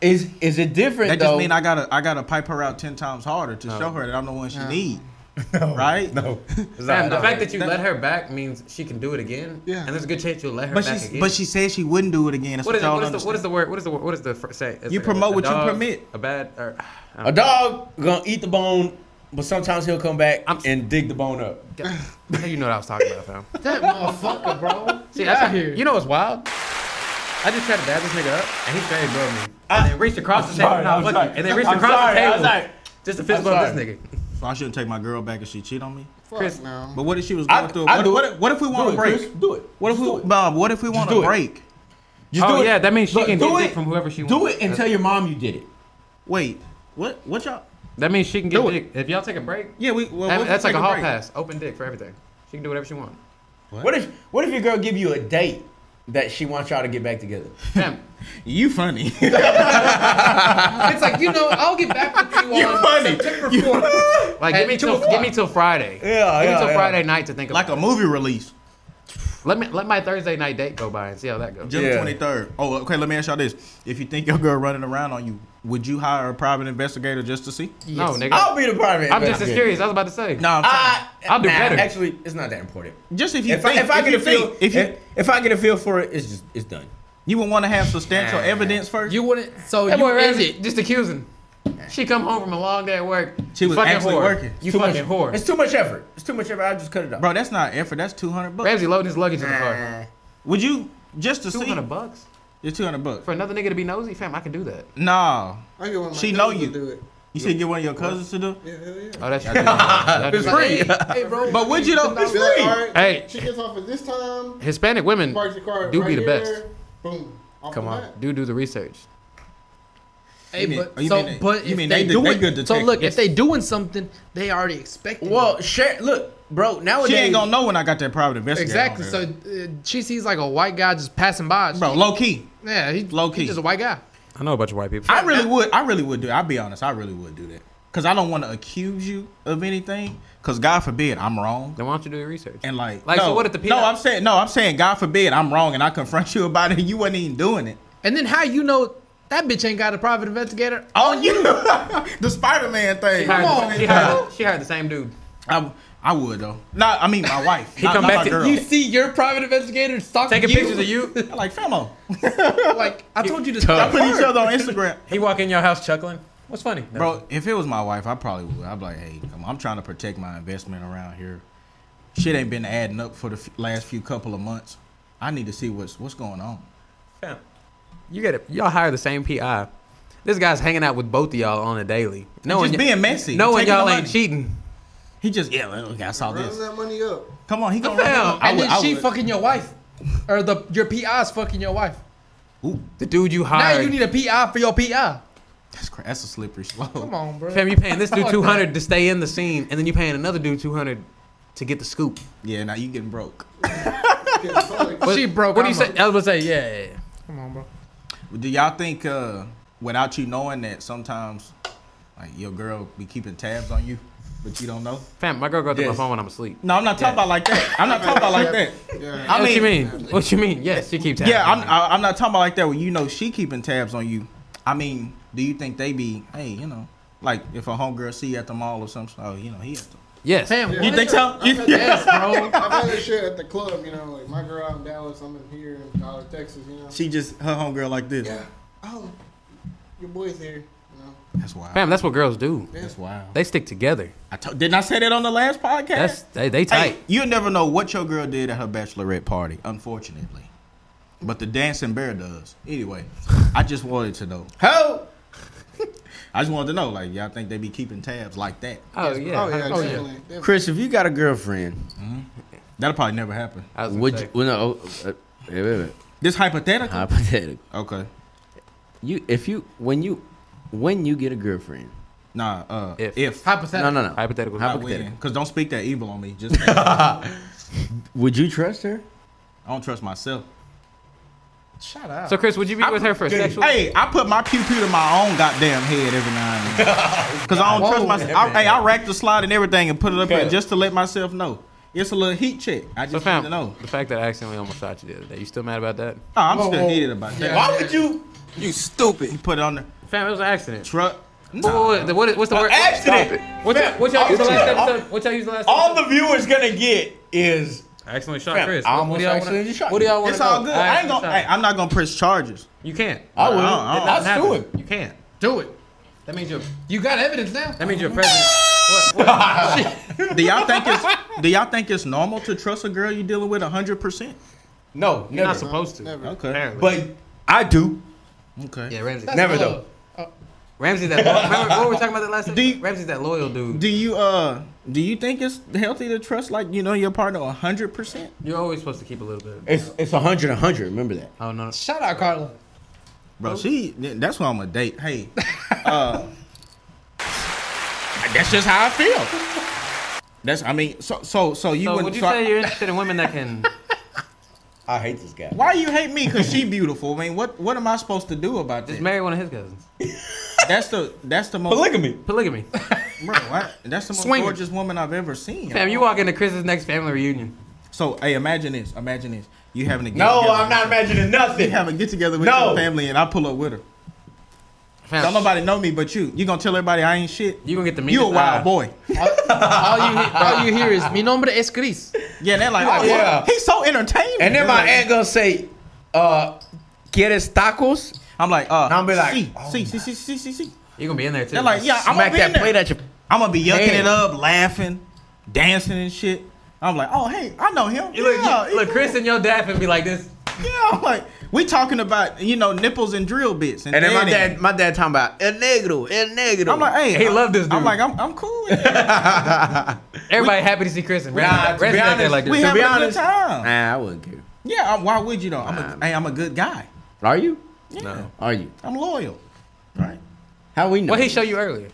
Is is it different that though? just mean I gotta I gotta pipe her out ten times harder to show her that I'm the one she need. right? No. Fam, the fact that you let her back means she can do it again. Yeah. And there's a good chance you'll let her But back she again. but she said she wouldn't do it again. That's what what, is, y'all what, don't is the, what is the word? What is the word? What is the fr- say? It's You like a- promote a what you dog, permit. A bad. Or, I a don't dog gonna eat the bone, but sometimes he'll come back I'm s- and dig the bone up. know. How you know what I was talking about, fam? that motherfucker, bro. See, See, that's out how, here. You know what's wild? I just tried to dab this nigga up, and he straight bro me. And then reached across the table. sorry, Nah, I'm fuck sorry. you. And then reached I'm across sorry, the I'm table. sorry. Just to fist I'm bump this sorry. nigga. So I shouldn't take my girl back if she cheat on me. Fuck Chris- no. But what if she was going I- through? I What, do what, it. if- what if we want do a it, break? Chris. Do it. What if Just do we, it. Bob? What if we want do a it. break? Just Oh, do it. yeah, that means she can do get it dick from whoever she Do wants. it and That's- tell your mom you did it. Wait, what? What y'all? That means she can get Do it. dick. If y'all take a break, Yeah, we. Well, that- what if we that's like take a hall break? pass. Open dick for everything. She can do whatever she wants. What? if what if your girl give you a date that she wants y'all to get back together? Fam, You funny. It's like, you know, I'll get back with you on September 4th. like At give me two till o'clock. give me till Friday. Yeah, Give yeah, me till yeah. Friday night to think like about. a movie release, it. let me let my Thursday night date go by and see how that goes. June Yeah. twenty third. Oh, okay. Let me ask y'all this: If you think your girl running around on you, would you hire a private investigator just to see? No, nigga. I'll be the private. I'm just as investigator. curious. I was about to say. No, I'm I, I'll do nah, better. Actually, it's not that important. just if you Ah, If, think, I, if I get you a feel, think- if, if you if, I get a feel for it, it's just it's done. you would want to have substantial Nah. evidence first. You wouldn't. So That you boy is Reggie it. just accusing. She come home from a long day at work. She You was fucking actually whore. working. You Too much- fucking whore. It's too much effort. It's too much effort. I just cut it off. bro, that's not effort. That's two hundred bucks. Ramsey loading his luggage in the car. Would you just to Two see? hundred bucks It's two hundred bucks. for another nigga to be nosy, fam. I can do that. Nah, I get one of my She know cousins you. to do it. you should get one of your cousins to do. Yeah, hell yeah. Oh, that's true. That's Like, true. Hey, hey, bro. But would you though? I'd be like, all right, Hey. she gets off at this time. Hispanic women Parks the car. do right be the here, best. Boom. Off Come the on, bat. do do the research. Hey, mean- but oh, you so, mean they- but you if mean they, they- they do it, good so look, detectives. if they doing something, they already expecting. Well, it. share. Look, bro. Nowadays, She ain't gonna know when I got that private investigator. exactly. on So her. uh, she sees like a white guy just passing by. She- bro, low key. yeah, he low key. He's just a white guy. I know a bunch of white people. I really would. I really would do. it. I'll be honest. I really would do that because I don't want to accuse you of anything. Because God forbid I'm wrong. Then why don't you do your research? And like, Like, no, so what if the no? peanut- I'm saying no. I'm saying God forbid I'm wrong and I confront you about it. and You wasn't even doing it And then how you know that bitch ain't got a private investigator? on Oh, you. the Spider Man she, thing. hired, on, she, hired, she hired the same dude. I, I would though. No, I mean my wife. He come back to- girl. You see your private investigator stalking Taking you? pictures of you. I'm like fellow. like I told you to I stop. put each other on Instagram. He walk in your house chuckling. What's funny, Bro, if it was my wife, I probably would. I'd be like, hey, come on. I'm trying to protect my investment around here. Shit ain't been adding up for the f- last few couple of months. I need to see what's what's going on. Fam, you got to y'all hire the same PI. This guy's hanging out with both of y'all on a daily. Knowing just y- being messy. Knowing taking the y'all money. ain't cheating. He just yeah, well, look, I saw Run this. that money up. Come on, he gonna. fell. run it up. I and would- then I she would- fucking your wife, or the your PI's fucking your wife. The dude you Now hired. you need a PI for your PI. That's, cra- that's a slippery slope. Come on, bro. Fam, you paying this dude Fuck two hundred to stay in the scene, and then you paying another dude two hundred to get the scoop. Yeah, now you getting broke. that. she broke. What do you I'm say? a- I was gonna say, yeah, yeah, yeah. Come on, bro. Do y'all think uh, without you knowing that sometimes like your girl be keeping tabs on you, but you don't know? Fam, my girl go through my Yes. phone when I'm asleep. No, I'm not talking about like that. I'm not talking about like that. Yeah. I what mean, you mean? What you mean? Yes, she keeps. Yeah, I'm, asking. I, I'm not talking about like that. Where you know she keeping tabs on you. I mean, do you think they be? Hey, you know, Like if a homegirl see you at the mall or something, oh, you know he at the. Yes. Fam, Yeah. what? You think so? You- Yes, bro. I've had this shit at the club, you know, like my girl out in Dallas, I'm in here in Dallas, Texas, you know. She just her homegirl like this. Yeah. Oh, your boy's here, you know. That's wild. Fam, that's what girls do. That's wild. They stick together. I to- didn't I say that on the last podcast? That's they, they tight. Hey, you never know what your girl did at her bachelorette party, unfortunately. But the dancing bear does. Anyway, I just wanted to know. Ho! I just wanted to know, like, y'all think they be keeping tabs like that? Oh yeah. oh, yeah, Oh, definitely. definitely. Chris, if you got a girlfriend, That'll probably never happen. I was gonna would say. you? Well, no, oh, uh, wait, wait, wait. This hypothetical. Hypothetical. okay. You, if you, when you, when you get a girlfriend. Nah. Uh, If. if. No, Hypothetical. no, no. hypothetical? Not hypothetical. when. Cause don't speak that evil on me. Just Would you trust her? I don't trust myself. Shut up. So Chris, would you be with her for sexual? Hey, I put my pew pew to my own goddamn head every now and then. Cause I don't trust myself. I, hey, I rack the slide and everything and put it up there just to let myself know. It's a little heat check. I just So need fam, to know. the fact that I accidentally almost shot you the other day, you still mad about that? Oh, I'm Whoa, still whoa. heated about that. Yeah. Why would you? You stupid. You put it on the Fam, it was an accident. truck. Wait, Nah. wait, wait, what- what's the word? Stop Accident. What y'all, what y'all used the last episode? What y'all used the last episode? the viewers gonna get is I accidentally shot Fam, Chris. I What- almost what do y'all accidentally wanna- shot What do y'all want It's all good. I ain't gonna. Hey, I'm not gonna press charges. Uh-uh, You can't. I would. I don't- Let's do it. You can't. Do it. That means you're. You got evidence now. That means you're president. What? what? Do y'all think it's? Do y'all think it's normal to trust a girl you dealing with hundred percent? No, You're not never. supposed to. Never. Okay. Apparently. But I do. Okay. yeah, Ramsey. That's Never, love. though. Ramsey, that. Remember what we were talking about that last Do you- time? Ramsey's that loyal dude. Do you uh? Do you think it's healthy to trust like you know your partner hundred percent? You're always supposed to keep a little bit. Of, It's it's a hundred, a hundred. Remember that. oh no. Shout out, Carla. Bro, she. That's why I'm a date. Hey. Uh. that's just how I feel. That's. I mean. So so so you So wouldn't. would you so- say you're interested in women that can? I hate this guy. why you hate me? Cause she beautiful. I mean, what what am I supposed to do about this? Just marry one of his cousins. That's the that's the most Polygamy. Polygamy. bro. I, that's the most Swinging. gorgeous woman I've ever seen. Fam, you walk into Chris's next family reunion. So hey, imagine this. Imagine this. You having a get No, together. I'm not imagining nothing. You having a get together with No. your family, and I pull up with her. Fam, Don't nobody know me but you. You gonna tell everybody I uh, ain't shit. you gonna get the uh, meet. You a wild boy. All you, he- all you hear is mi nombre es Chris. Yeah, they're like, oh, Yeah. yeah. he's so entertaining. And They're then my like- aunt gonna say, uh, "Quieres tacos?" I'm like, uh, I'll be like, see, oh see, see, see, see, see, see. You're gonna be in there too. They're like, yeah, I'm Smack gonna be in that plate there. at your. I'm gonna be yucking Man. it up, laughing, dancing and shit. I'm like, oh hey, I know him. You look, yeah, you, look he- Chris and your dad and be like this. Yeah, I'm like, we talking about you know nipples and drill bits, And then my daddy. dad, my dad talking about el negro, el negro. I'm like, hey, He I- loved this dude. I'm like, I'm, I'm cool. with it. Everybody happy to see Chris and Ramsey. Nah, to be Ramsey out there honest, like we this. To having be a honest- good time. nah, I wouldn't care. Yeah, I- why would you though? I'm a, hey, I'm a good guy. Are you? Yeah, No. Are you? I'm loyal. Right? How we know? What he show you earlier?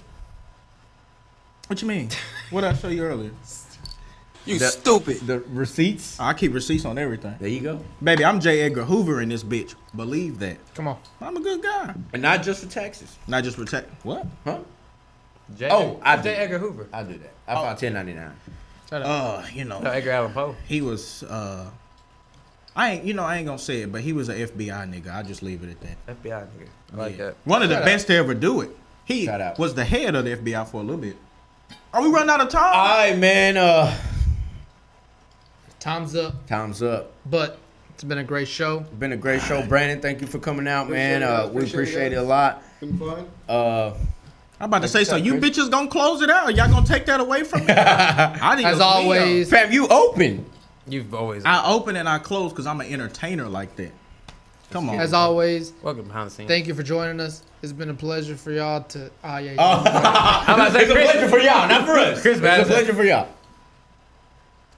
What you mean? what did I show you earlier? You That- stupid. The receipts. I keep receipts on everything. There you go. Baby, I'm J. Edgar Hoover in this bitch. Believe that. Come on. I'm a good guy. And not just for taxes, Not just protect. What? huh? J. Oh, I J. did. Edgar Hoover. I do that. I filed 1099. Uh, you No, know, Edgar Allan Poe. he was. uh I ain't, you know, I ain't gonna say it, but he was an FBI nigga. I just leave it at that. FBI nigga. I like Yeah. that. One of the Shout best to ever do it. He Shout out. was the head of the FBI for a little bit. Are we running out of time? All right, man. Uh, Time's up. time's up. But it's been a great show. Been a great show, Brandon. Thank you for coming out, man. Appreciate it, Uh, guys. we Appreciate it, appreciate it a guys. lot. Been fun. Uh, I'm about to say so. You bitches gonna close it out? Y'all gonna take that away from me? I didn't As go to me, always, fam, you open. You've always though. I open and I close because I'm an entertainer like that. Come on. as always, welcome behind the scenes. thank you for joining us. It's been a pleasure for y'all to. Ah, yeah. I'm about to say It's a Chris. pleasure for y'all, not for us. Chris it's a Madison. pleasure for y'all.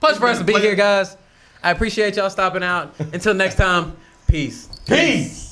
Pleasure for us to be Pleasure. here, guys. I appreciate y'all stopping out. Until next time, peace. Peace.